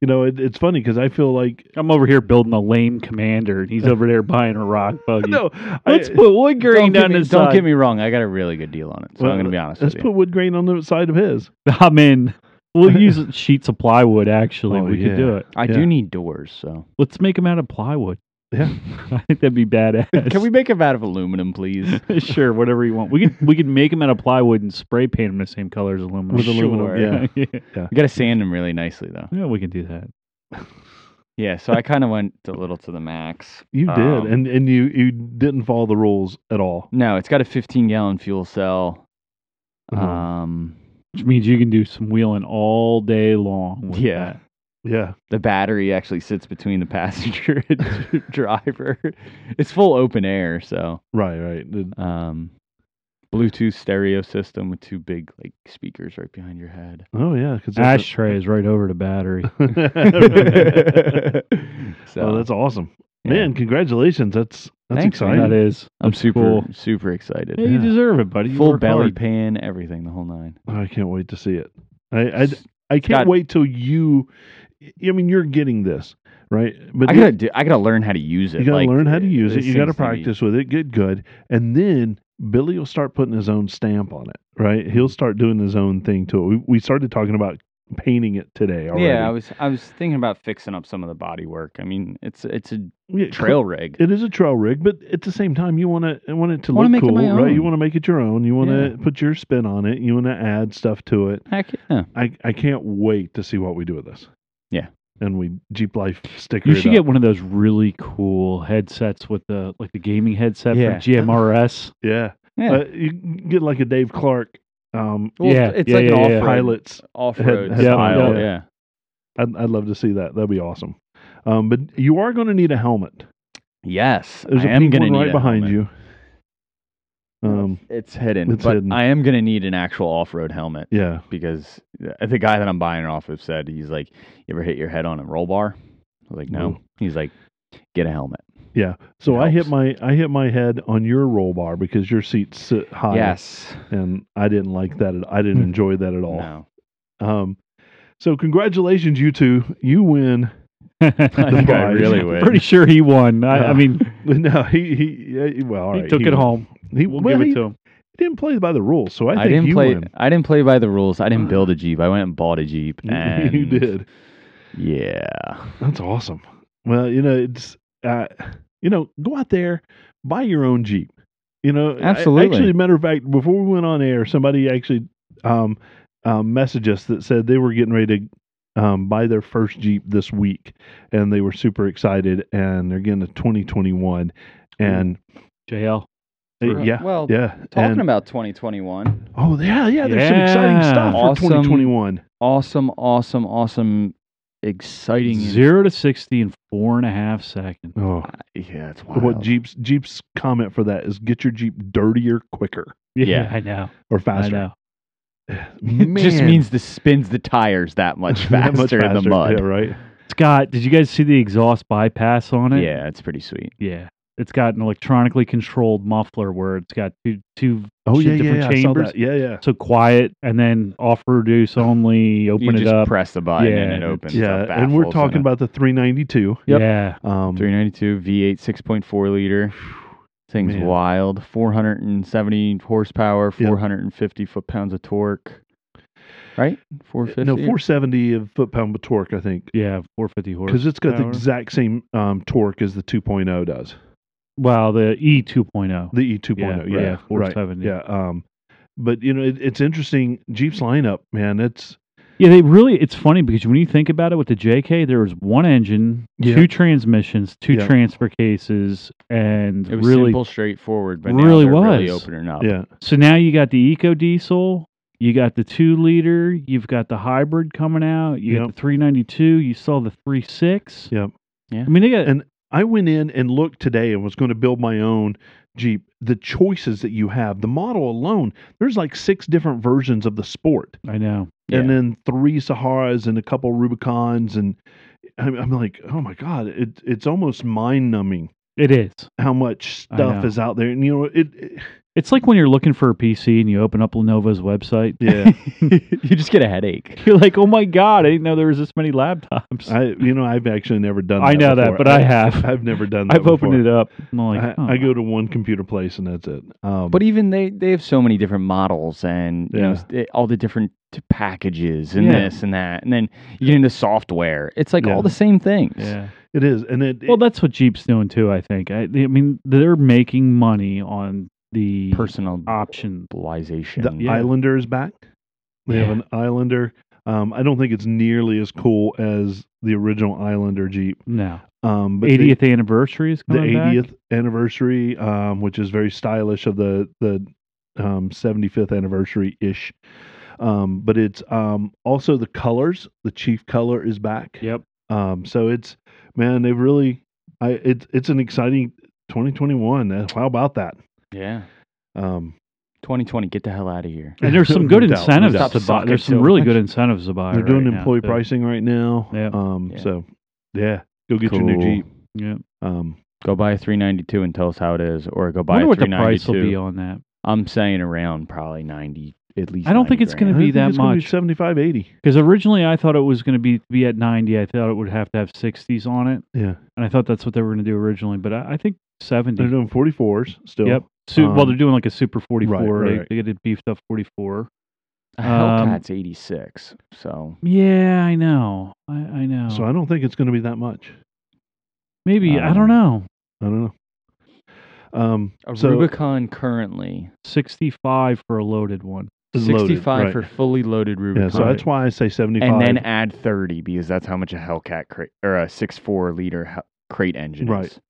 [SPEAKER 1] you know it, it's funny because I feel like
[SPEAKER 2] I'm over here building a lame commander and he's over there buying a rock buggy.
[SPEAKER 1] no.
[SPEAKER 2] Let's
[SPEAKER 1] I,
[SPEAKER 2] put wood
[SPEAKER 3] don't,
[SPEAKER 2] grain down
[SPEAKER 3] get me,
[SPEAKER 2] his
[SPEAKER 3] don't
[SPEAKER 2] side.
[SPEAKER 3] get me wrong. I got a really good deal on it. So
[SPEAKER 1] Well,
[SPEAKER 3] I'm going to be honest
[SPEAKER 1] let's
[SPEAKER 3] with you.
[SPEAKER 1] put wood grain on the side of his.
[SPEAKER 2] I'm in. We'll use sheets of plywood. Actually,
[SPEAKER 1] Oh,
[SPEAKER 2] we
[SPEAKER 1] yeah.
[SPEAKER 2] could do it.
[SPEAKER 3] I
[SPEAKER 1] yeah.
[SPEAKER 3] do need doors. So
[SPEAKER 2] Let's make them out of plywood.
[SPEAKER 1] Yeah.
[SPEAKER 2] I think that'd be badass.
[SPEAKER 3] can we make them out of aluminum, please?
[SPEAKER 2] sure, whatever you want. We could we could make them out of plywood and spray paint them the same color as aluminum.
[SPEAKER 1] With aluminum,
[SPEAKER 3] Sure.
[SPEAKER 1] yeah.
[SPEAKER 2] yeah.
[SPEAKER 3] You got to sand them really nicely, though.
[SPEAKER 2] Yeah, we can do that.
[SPEAKER 3] Yeah. So I kind of went a little to the max.
[SPEAKER 1] You
[SPEAKER 2] Oh.
[SPEAKER 1] did,
[SPEAKER 3] Um,
[SPEAKER 1] and and you you didn't follow the rules at all.
[SPEAKER 3] No, it's got a 15 gallon fuel cell.
[SPEAKER 2] uh-huh.
[SPEAKER 1] Um,
[SPEAKER 3] Um,
[SPEAKER 2] Which means you can do some wheeling all day long. With
[SPEAKER 3] yeah.
[SPEAKER 2] that.
[SPEAKER 1] yeah,
[SPEAKER 3] The battery actually sits between the passenger and driver. It's full open air. So,
[SPEAKER 1] right, right. It-
[SPEAKER 3] um, Bluetooth stereo system with two big like speakers right behind your head.
[SPEAKER 1] Oh yeah, because
[SPEAKER 2] Ashtray is right over the battery.
[SPEAKER 3] so
[SPEAKER 1] oh, that's awesome,
[SPEAKER 3] uh, yeah.
[SPEAKER 1] man! Congratulations. That's that's
[SPEAKER 3] Thanks, man.
[SPEAKER 1] exciting.
[SPEAKER 2] that is.
[SPEAKER 3] I'm
[SPEAKER 2] That's
[SPEAKER 3] super
[SPEAKER 2] cool.
[SPEAKER 3] super excited.
[SPEAKER 2] Yeah, you deserve it, buddy. You
[SPEAKER 3] Full
[SPEAKER 2] work
[SPEAKER 3] belly
[SPEAKER 2] hard.
[SPEAKER 3] pan, everything, the whole nine.
[SPEAKER 1] I can't wait to see it. I I, I can't
[SPEAKER 3] got-
[SPEAKER 1] wait till you. I mean, you're getting this right, but
[SPEAKER 3] I
[SPEAKER 1] you-
[SPEAKER 3] gotta do, I gotta learn how to use it.
[SPEAKER 1] you gotta
[SPEAKER 3] like,
[SPEAKER 1] learn how to use it.
[SPEAKER 3] these
[SPEAKER 1] You gotta
[SPEAKER 3] things need
[SPEAKER 1] practice with it. Get good, and then Billy will start putting his own stamp on it. Right?
[SPEAKER 3] Mm-hmm.
[SPEAKER 1] He'll start doing his own thing to it. We, we started talking about painting it today already.
[SPEAKER 3] Yeah, I was I was thinking about fixing up some of the body work. I mean, it's it's a
[SPEAKER 1] Yeah,
[SPEAKER 3] trail rig.
[SPEAKER 1] It is a trail rig, but at the same time, you want to want it to
[SPEAKER 3] I wanna
[SPEAKER 1] look
[SPEAKER 3] make it
[SPEAKER 1] cool,
[SPEAKER 3] my
[SPEAKER 1] right? You
[SPEAKER 3] own.
[SPEAKER 1] want to make it your own. You want to
[SPEAKER 3] Yeah.
[SPEAKER 1] put your spin on it. You want to add stuff to it.
[SPEAKER 3] Heck yeah.
[SPEAKER 1] I, I can't wait to see what we do with this.
[SPEAKER 3] Yeah.
[SPEAKER 1] and we Jeep Life sticker.
[SPEAKER 2] You
[SPEAKER 1] it
[SPEAKER 2] should
[SPEAKER 1] up.
[SPEAKER 2] get one of those really cool headsets with the like the gaming headset
[SPEAKER 3] Yeah.
[SPEAKER 2] from GMRS.
[SPEAKER 1] yeah,
[SPEAKER 3] Yeah.
[SPEAKER 1] Uh, you can get like a Dave Clark. Um,
[SPEAKER 3] Well,
[SPEAKER 2] yeah,
[SPEAKER 3] it's
[SPEAKER 2] yeah,
[SPEAKER 3] like
[SPEAKER 2] yeah,
[SPEAKER 3] an
[SPEAKER 2] yeah.
[SPEAKER 3] off-road,
[SPEAKER 1] pilots.
[SPEAKER 3] off-road
[SPEAKER 1] Yeah,
[SPEAKER 3] style.
[SPEAKER 2] yeah.
[SPEAKER 3] Yeah.
[SPEAKER 1] I'd, I'd love to see that. That'd be awesome. Um, but you are going to need a helmet.
[SPEAKER 3] Yes,
[SPEAKER 1] There's
[SPEAKER 3] I
[SPEAKER 1] a
[SPEAKER 3] am
[SPEAKER 1] pink
[SPEAKER 3] gonna
[SPEAKER 1] one
[SPEAKER 3] need
[SPEAKER 1] right
[SPEAKER 3] a
[SPEAKER 1] behind
[SPEAKER 3] helmet.
[SPEAKER 1] you. Um,
[SPEAKER 3] It's hidden,
[SPEAKER 1] It's
[SPEAKER 3] but
[SPEAKER 1] hidden.
[SPEAKER 3] I am gonna need an actual off-road helmet
[SPEAKER 1] yeah.
[SPEAKER 3] because uh, the guy that I'm buying it off of said he's like, "You ever hit your head on a roll bar?" I was like, "No."
[SPEAKER 1] Ooh.
[SPEAKER 3] He's like, "Get a helmet."
[SPEAKER 1] So I
[SPEAKER 3] It
[SPEAKER 1] hit
[SPEAKER 3] helps.
[SPEAKER 1] my I hit my head on your roll bar because your seats sit high.
[SPEAKER 3] Yes.
[SPEAKER 1] and I didn't like that. At, I didn't
[SPEAKER 2] Hmm.
[SPEAKER 1] enjoy that at all.
[SPEAKER 3] No.
[SPEAKER 1] Um, so congratulations, you two. You win.
[SPEAKER 3] I think I
[SPEAKER 1] prize.
[SPEAKER 3] really would.
[SPEAKER 2] Pretty sure he won. I, I
[SPEAKER 1] Yeah.
[SPEAKER 2] mean,
[SPEAKER 1] No, he he. yeah, Well, all
[SPEAKER 2] he
[SPEAKER 1] right,
[SPEAKER 2] took it
[SPEAKER 1] won.
[SPEAKER 2] home.
[SPEAKER 1] He,
[SPEAKER 2] We'll
[SPEAKER 1] well,
[SPEAKER 2] give
[SPEAKER 1] he
[SPEAKER 2] it to him.
[SPEAKER 1] didn't play by the rules, so I think
[SPEAKER 3] I didn't
[SPEAKER 1] you
[SPEAKER 3] play.
[SPEAKER 1] win.
[SPEAKER 3] I didn't play by the rules. I didn't build a jeep. I went and bought a jeep. And
[SPEAKER 1] you did.
[SPEAKER 3] Yeah.
[SPEAKER 1] That's awesome. Well, you know, it's uh, you know, go out there, buy your own Jeep. You know, I-
[SPEAKER 3] Absolutely.
[SPEAKER 1] actually, matter of fact, before we went on air, somebody actually um, um, messaged us that said they were getting ready to um, buy their first Jeep this week, and they were super excited, and they're getting a 2021, and
[SPEAKER 2] JL.
[SPEAKER 1] uh,
[SPEAKER 2] Right.
[SPEAKER 1] yeah,
[SPEAKER 3] Well,
[SPEAKER 1] yeah,
[SPEAKER 3] talking
[SPEAKER 1] and-
[SPEAKER 3] about 2021,
[SPEAKER 1] oh yeah, yeah, there's some exciting
[SPEAKER 2] Yeah.
[SPEAKER 1] stuff
[SPEAKER 3] Awesome.
[SPEAKER 1] for 2021.
[SPEAKER 3] awesome, awesome, awesome, exciting.
[SPEAKER 2] Zero to sixty in four and a half seconds.
[SPEAKER 1] Oh,
[SPEAKER 3] Yeah, it's wild.
[SPEAKER 1] what Jeep's Jeep's comment for that is get your Jeep dirtier quicker
[SPEAKER 3] Yeah.
[SPEAKER 2] I know.
[SPEAKER 1] or
[SPEAKER 2] I
[SPEAKER 1] faster.
[SPEAKER 2] know.
[SPEAKER 3] It just
[SPEAKER 1] Man.
[SPEAKER 3] means the spins the tires that much
[SPEAKER 1] That
[SPEAKER 3] faster,
[SPEAKER 1] much
[SPEAKER 3] in the
[SPEAKER 1] faster,
[SPEAKER 3] mud.
[SPEAKER 1] Yeah, right.
[SPEAKER 2] Scott, did you guys see the exhaust bypass on it?
[SPEAKER 3] Yeah, it's pretty sweet.
[SPEAKER 2] Yeah. It's got an electronically controlled muffler where it's got two two
[SPEAKER 1] Oh
[SPEAKER 2] Shit,
[SPEAKER 1] yeah, yeah,
[SPEAKER 2] different
[SPEAKER 1] yeah. I saw
[SPEAKER 2] chambers.
[SPEAKER 1] that. Yeah, yeah.
[SPEAKER 2] so quiet and then off reduce only,
[SPEAKER 3] You
[SPEAKER 2] open it
[SPEAKER 3] just
[SPEAKER 2] up.
[SPEAKER 3] press the button
[SPEAKER 2] Yeah,
[SPEAKER 3] and it
[SPEAKER 2] it's-
[SPEAKER 3] opens.
[SPEAKER 1] Yeah,
[SPEAKER 3] up
[SPEAKER 1] and we're
[SPEAKER 3] baffles
[SPEAKER 1] talking
[SPEAKER 3] and a
[SPEAKER 1] about the 392.
[SPEAKER 3] Yep.
[SPEAKER 2] Yeah.
[SPEAKER 1] Um,
[SPEAKER 3] 392 V8 6.4 liter. Thing's
[SPEAKER 1] Man.
[SPEAKER 3] wild. 470 horsepower, 450 foot pounds of torque. Right? 450.
[SPEAKER 1] Uh, no, 470 of foot pound of torque, I think,
[SPEAKER 2] Yeah. Four fifty horse.
[SPEAKER 1] because it's got the
[SPEAKER 2] power.
[SPEAKER 1] exact same um, torque as the 2.0 does.
[SPEAKER 2] Well, the E 2.0.
[SPEAKER 1] The E2.0.
[SPEAKER 2] Yeah,
[SPEAKER 1] oh, Yeah,
[SPEAKER 2] right,
[SPEAKER 1] yeah, right.
[SPEAKER 2] 470.
[SPEAKER 1] Yeah. Um, but you know, it, it's interesting. Jeep's lineup, man. It's
[SPEAKER 2] Yeah, they really. It's funny because when you think about it, with the JK, there was one engine,
[SPEAKER 1] Yeah.
[SPEAKER 2] two transmissions, two
[SPEAKER 1] Yeah.
[SPEAKER 2] transfer cases, and
[SPEAKER 3] It was
[SPEAKER 2] really.
[SPEAKER 3] simple, straightforward, but now
[SPEAKER 2] really
[SPEAKER 3] they're really
[SPEAKER 2] was.
[SPEAKER 3] opening up.
[SPEAKER 1] yeah,
[SPEAKER 2] So now you got the eco diesel, you got the two liter, you've got the hybrid coming out, you got
[SPEAKER 1] Yep.
[SPEAKER 2] the 392, you saw the 36.
[SPEAKER 1] Yep.
[SPEAKER 3] Yeah.
[SPEAKER 2] I mean, they got
[SPEAKER 1] And- I went in and looked today and was going to build my own Jeep. The choices that you have, the model alone, there's like six different versions of the Sport.
[SPEAKER 2] I know.
[SPEAKER 1] and
[SPEAKER 3] Yeah.
[SPEAKER 1] then three Saharas and a couple Rubicons, and I'm, I'm like, oh my god, it, it's almost mind numbing
[SPEAKER 2] It is.
[SPEAKER 1] how much
[SPEAKER 2] I
[SPEAKER 1] stuff
[SPEAKER 2] know.
[SPEAKER 1] is out there, and you know it. it-
[SPEAKER 2] It's like when you're looking for a PC and you open up Lenovo's website.
[SPEAKER 1] yeah,
[SPEAKER 3] you just get a headache.
[SPEAKER 2] You're like, oh my God, I didn't know there was this many laptops. I,
[SPEAKER 1] I you know I've actually never done. That
[SPEAKER 2] know that,
[SPEAKER 1] before.
[SPEAKER 2] but I, have.
[SPEAKER 1] I've never done. that
[SPEAKER 2] I've opened it up. I'm like,
[SPEAKER 1] I,
[SPEAKER 2] oh.
[SPEAKER 1] I go to one computer place and that's it. Um,
[SPEAKER 3] But even they, they have so many different models and you know,
[SPEAKER 1] Yeah.
[SPEAKER 3] s- they- all the different t- packages and
[SPEAKER 2] Yeah.
[SPEAKER 3] this and that. And then you get into software. It's like
[SPEAKER 1] Yeah.
[SPEAKER 3] all the same things.
[SPEAKER 2] Yeah.
[SPEAKER 1] it is, and it.
[SPEAKER 2] Well, that's what Jeep's doing too. I think. I, I mean, they're making money on the
[SPEAKER 3] Personalization.
[SPEAKER 2] option.
[SPEAKER 1] the
[SPEAKER 2] yeah.
[SPEAKER 1] Islander is back. They have
[SPEAKER 2] Yeah.
[SPEAKER 1] an Islander. Um, I don't think it's nearly as cool as the original Islander Jeep.
[SPEAKER 2] No,
[SPEAKER 1] Um, but they-
[SPEAKER 2] 80th anniversary is
[SPEAKER 1] the
[SPEAKER 2] coming back.
[SPEAKER 1] 80th anniversary, um, which is very stylish of the the um, 75th anniversary ish. Um, but it's um, also the colors. The chief color is back.
[SPEAKER 2] Yep.
[SPEAKER 1] Um, so it's man, they've really. I it's it's an exciting 2021. Uh, How about that?
[SPEAKER 3] Yeah.
[SPEAKER 1] Um,
[SPEAKER 3] 2020, get the hell out of here.
[SPEAKER 2] And there's some good
[SPEAKER 1] No doubt, no
[SPEAKER 2] incentives
[SPEAKER 3] doubt.
[SPEAKER 2] to buy.
[SPEAKER 3] Stop
[SPEAKER 2] There's some
[SPEAKER 3] sucking
[SPEAKER 2] really
[SPEAKER 3] so
[SPEAKER 2] good
[SPEAKER 3] much.
[SPEAKER 2] incentives to buy.
[SPEAKER 1] They're doing
[SPEAKER 2] right now,
[SPEAKER 1] employee
[SPEAKER 2] too.
[SPEAKER 1] pricing right now.
[SPEAKER 2] Yeah.
[SPEAKER 1] Um.
[SPEAKER 3] Yeah.
[SPEAKER 1] So, yeah, go get your new
[SPEAKER 3] Cool.
[SPEAKER 1] Jeep.
[SPEAKER 2] Yeah.
[SPEAKER 1] Um.
[SPEAKER 3] Go buy a 392 and tell us how it is, or go buy
[SPEAKER 2] wonder
[SPEAKER 3] a
[SPEAKER 2] what the price will
[SPEAKER 3] 392.
[SPEAKER 2] be on that.
[SPEAKER 3] I'm saying around probably 90, at least.
[SPEAKER 2] I don't think it's gonna
[SPEAKER 1] I
[SPEAKER 2] be
[SPEAKER 1] think
[SPEAKER 2] that
[SPEAKER 1] it's gonna be
[SPEAKER 2] much.
[SPEAKER 1] 75, 80.
[SPEAKER 2] Because originally I thought it was going to be be at 90. I thought it would have to have 60s on it,
[SPEAKER 1] Yeah.
[SPEAKER 2] and I thought that's what they were going to do originally. But I, I think 70.
[SPEAKER 1] They're doing 44s still.
[SPEAKER 2] Yep. Su- well,
[SPEAKER 1] Um,
[SPEAKER 2] they're doing like a super 44.
[SPEAKER 1] right,
[SPEAKER 2] they,
[SPEAKER 1] right.
[SPEAKER 2] they get it beefed up 44.
[SPEAKER 3] A
[SPEAKER 2] Um,
[SPEAKER 3] Hellcat's 86, so
[SPEAKER 2] Yeah, I know. I, I know.
[SPEAKER 1] So I don't think it's going to be that much.
[SPEAKER 2] Maybe
[SPEAKER 3] I
[SPEAKER 2] I don't
[SPEAKER 3] don't
[SPEAKER 2] know.
[SPEAKER 1] I don't know. Um.
[SPEAKER 3] a
[SPEAKER 1] so
[SPEAKER 3] Rubicon currently
[SPEAKER 2] 65 for a loaded one.
[SPEAKER 1] it's loaded,
[SPEAKER 3] 65
[SPEAKER 1] right.
[SPEAKER 3] for fully loaded Rubicon,
[SPEAKER 1] Yeah. So that's why I say 75.
[SPEAKER 3] and then add 30 because that's how much a Hellcat crate or a 6.4 liter hel- crate engine
[SPEAKER 1] Right.
[SPEAKER 3] is.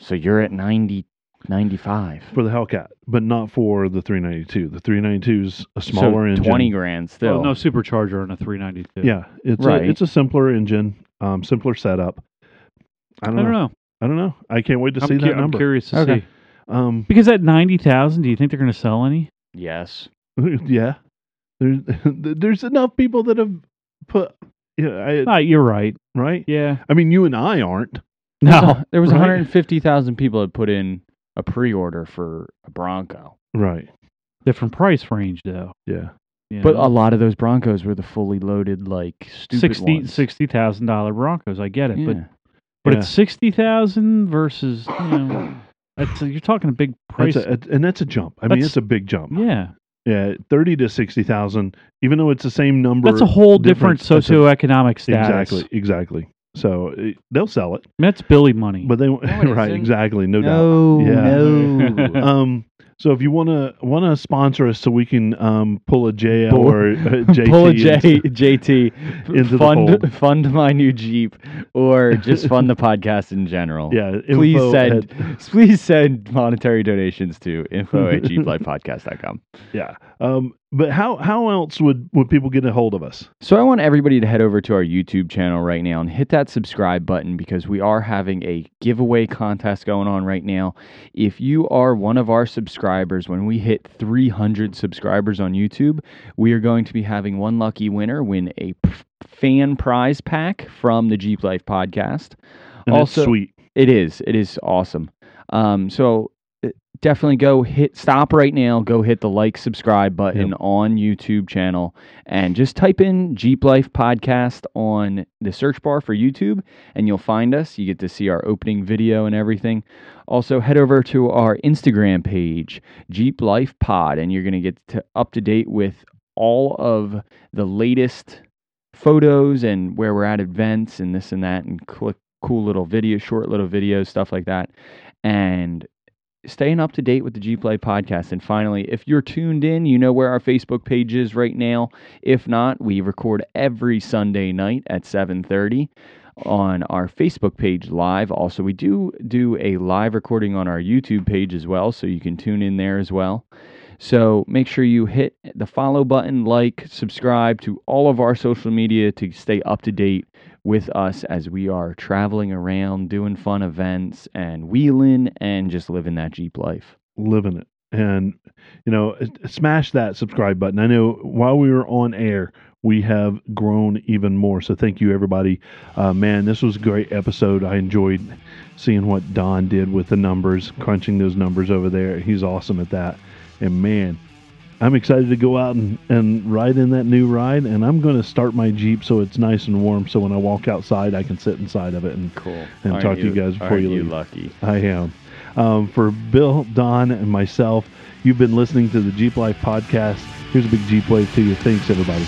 [SPEAKER 3] So you're at 90, 95.
[SPEAKER 1] for the Hellcat, but not for the 392. The 392 is a smaller
[SPEAKER 3] so
[SPEAKER 1] engine.
[SPEAKER 3] 20 grand still.
[SPEAKER 2] Oh, no supercharger on a 392.
[SPEAKER 1] Yeah, it's
[SPEAKER 3] Right.
[SPEAKER 1] a, it's a simpler engine, um, simpler setup. I
[SPEAKER 2] I
[SPEAKER 1] don't,
[SPEAKER 2] don't
[SPEAKER 1] know.
[SPEAKER 2] know.
[SPEAKER 1] I don't know. I can't wait to
[SPEAKER 2] I'm,
[SPEAKER 1] see
[SPEAKER 2] cu-
[SPEAKER 1] that
[SPEAKER 2] I'm
[SPEAKER 1] number.
[SPEAKER 2] curious to
[SPEAKER 3] Okay.
[SPEAKER 2] see
[SPEAKER 1] Um,
[SPEAKER 2] because at 90,000, do you think they're going to sell any?
[SPEAKER 3] Yes.
[SPEAKER 1] yeah, there's there's enough people that have put. Yeah, I,
[SPEAKER 2] Ah, you're right.
[SPEAKER 1] right.
[SPEAKER 2] Yeah.
[SPEAKER 1] I mean, you and I aren't.
[SPEAKER 2] No.
[SPEAKER 3] there was
[SPEAKER 1] right.
[SPEAKER 3] 150,000 people that put in a pre-order for a Bronco.
[SPEAKER 1] Right.
[SPEAKER 2] Different price range though.
[SPEAKER 1] Yeah.
[SPEAKER 2] you
[SPEAKER 3] But
[SPEAKER 2] know?
[SPEAKER 3] a lot of those Broncos were the fully loaded, like stupid
[SPEAKER 2] 60
[SPEAKER 3] ones.
[SPEAKER 2] sixty thousand dollar Broncos. I get it, but
[SPEAKER 3] Yeah.
[SPEAKER 2] but
[SPEAKER 1] Yeah.
[SPEAKER 2] it's sixty thousand versus you know that's you're talking a big price.
[SPEAKER 1] That's a, a- and that's a jump. I mean,
[SPEAKER 2] That's-
[SPEAKER 1] it's a big jump.
[SPEAKER 2] yeah,
[SPEAKER 1] Yeah, thirty to sixty thousand, even though it's the same number.
[SPEAKER 2] that's a whole different
[SPEAKER 1] difference. That's a-
[SPEAKER 2] socioeconomic status.
[SPEAKER 1] Exactly. Exactly. So it, they'll sell it,
[SPEAKER 2] that's Billy money.
[SPEAKER 1] but they
[SPEAKER 3] it
[SPEAKER 1] right
[SPEAKER 3] isn't.
[SPEAKER 1] exactly. No, doubt.
[SPEAKER 3] no,
[SPEAKER 1] Yeah.
[SPEAKER 3] no.
[SPEAKER 1] um, so if you wanna wanna sponsor us, so we can um, pull a J
[SPEAKER 3] Pull-
[SPEAKER 1] or a JT
[SPEAKER 3] Pull a uh, J,
[SPEAKER 1] into-
[SPEAKER 3] JT,
[SPEAKER 1] into the
[SPEAKER 3] fund
[SPEAKER 1] fold.
[SPEAKER 3] fund my new Jeep, or just fund the podcast in general.
[SPEAKER 1] yeah,
[SPEAKER 3] Please
[SPEAKER 1] info
[SPEAKER 3] send,
[SPEAKER 1] at-
[SPEAKER 3] please send monetary donations to info at jeeplifepodcast.com.
[SPEAKER 1] yeah. Um, but how how else would would people get a hold of us?
[SPEAKER 3] So I want everybody to head over to our YouTube channel right now and hit that subscribe button because we are having a giveaway contest going on right now. If you are one of our subscribers, when we hit 300 subscribers on YouTube, we are going to be having one lucky winner win a p- fan prize pack from the Jeep Life podcast.
[SPEAKER 1] And
[SPEAKER 3] Also-
[SPEAKER 1] it's sweet.
[SPEAKER 3] It is. It is awesome. Um, so uh, definitely go hit stop right now. Go hit the like subscribe button on YouTube channel and just type in Jeep Life Podcast on the search bar for YouTube and you'll find us. You get to see our opening video and everything. Also head over to our Instagram page, Jeep Life Pod, and you're gonna get to up to date with all of the latest photos and where we're at events and this and that and click cool little videos, short little videos, stuff like that. And staying up to date with the G Play podcast. And finally, if you're tuned in, you know where our Facebook page is right now. If not, we record every Sunday night at 7:30 on our Facebook page live. Also, we do do a live recording on our YouTube page as well, so you can tune in there as well. So make sure you hit the follow button, like, subscribe to all of our social media to stay up to date with us as we are traveling around, doing fun events and wheeling and just living that Jeep life.
[SPEAKER 1] living it and you know s- smash that subscribe button i know while we were on air we have grown even more so thank you everybody uh, man this was a great episode i enjoyed seeing what don did with the numbers crunching those numbers over there he's awesome at that and man i'm excited to go out and, and ride in that new ride and i'm going to start my jeep so it's nice and warm so when i walk outside i can sit inside of it and
[SPEAKER 3] Cool.
[SPEAKER 1] And talk to you guys before
[SPEAKER 3] aren't
[SPEAKER 1] you leave.
[SPEAKER 3] lucky.
[SPEAKER 1] I am. Um, for Bill, Don, and myself, you've been listening to the Jeep Life Podcast. Here's a big Jeep wave to you. Thanks, everybody.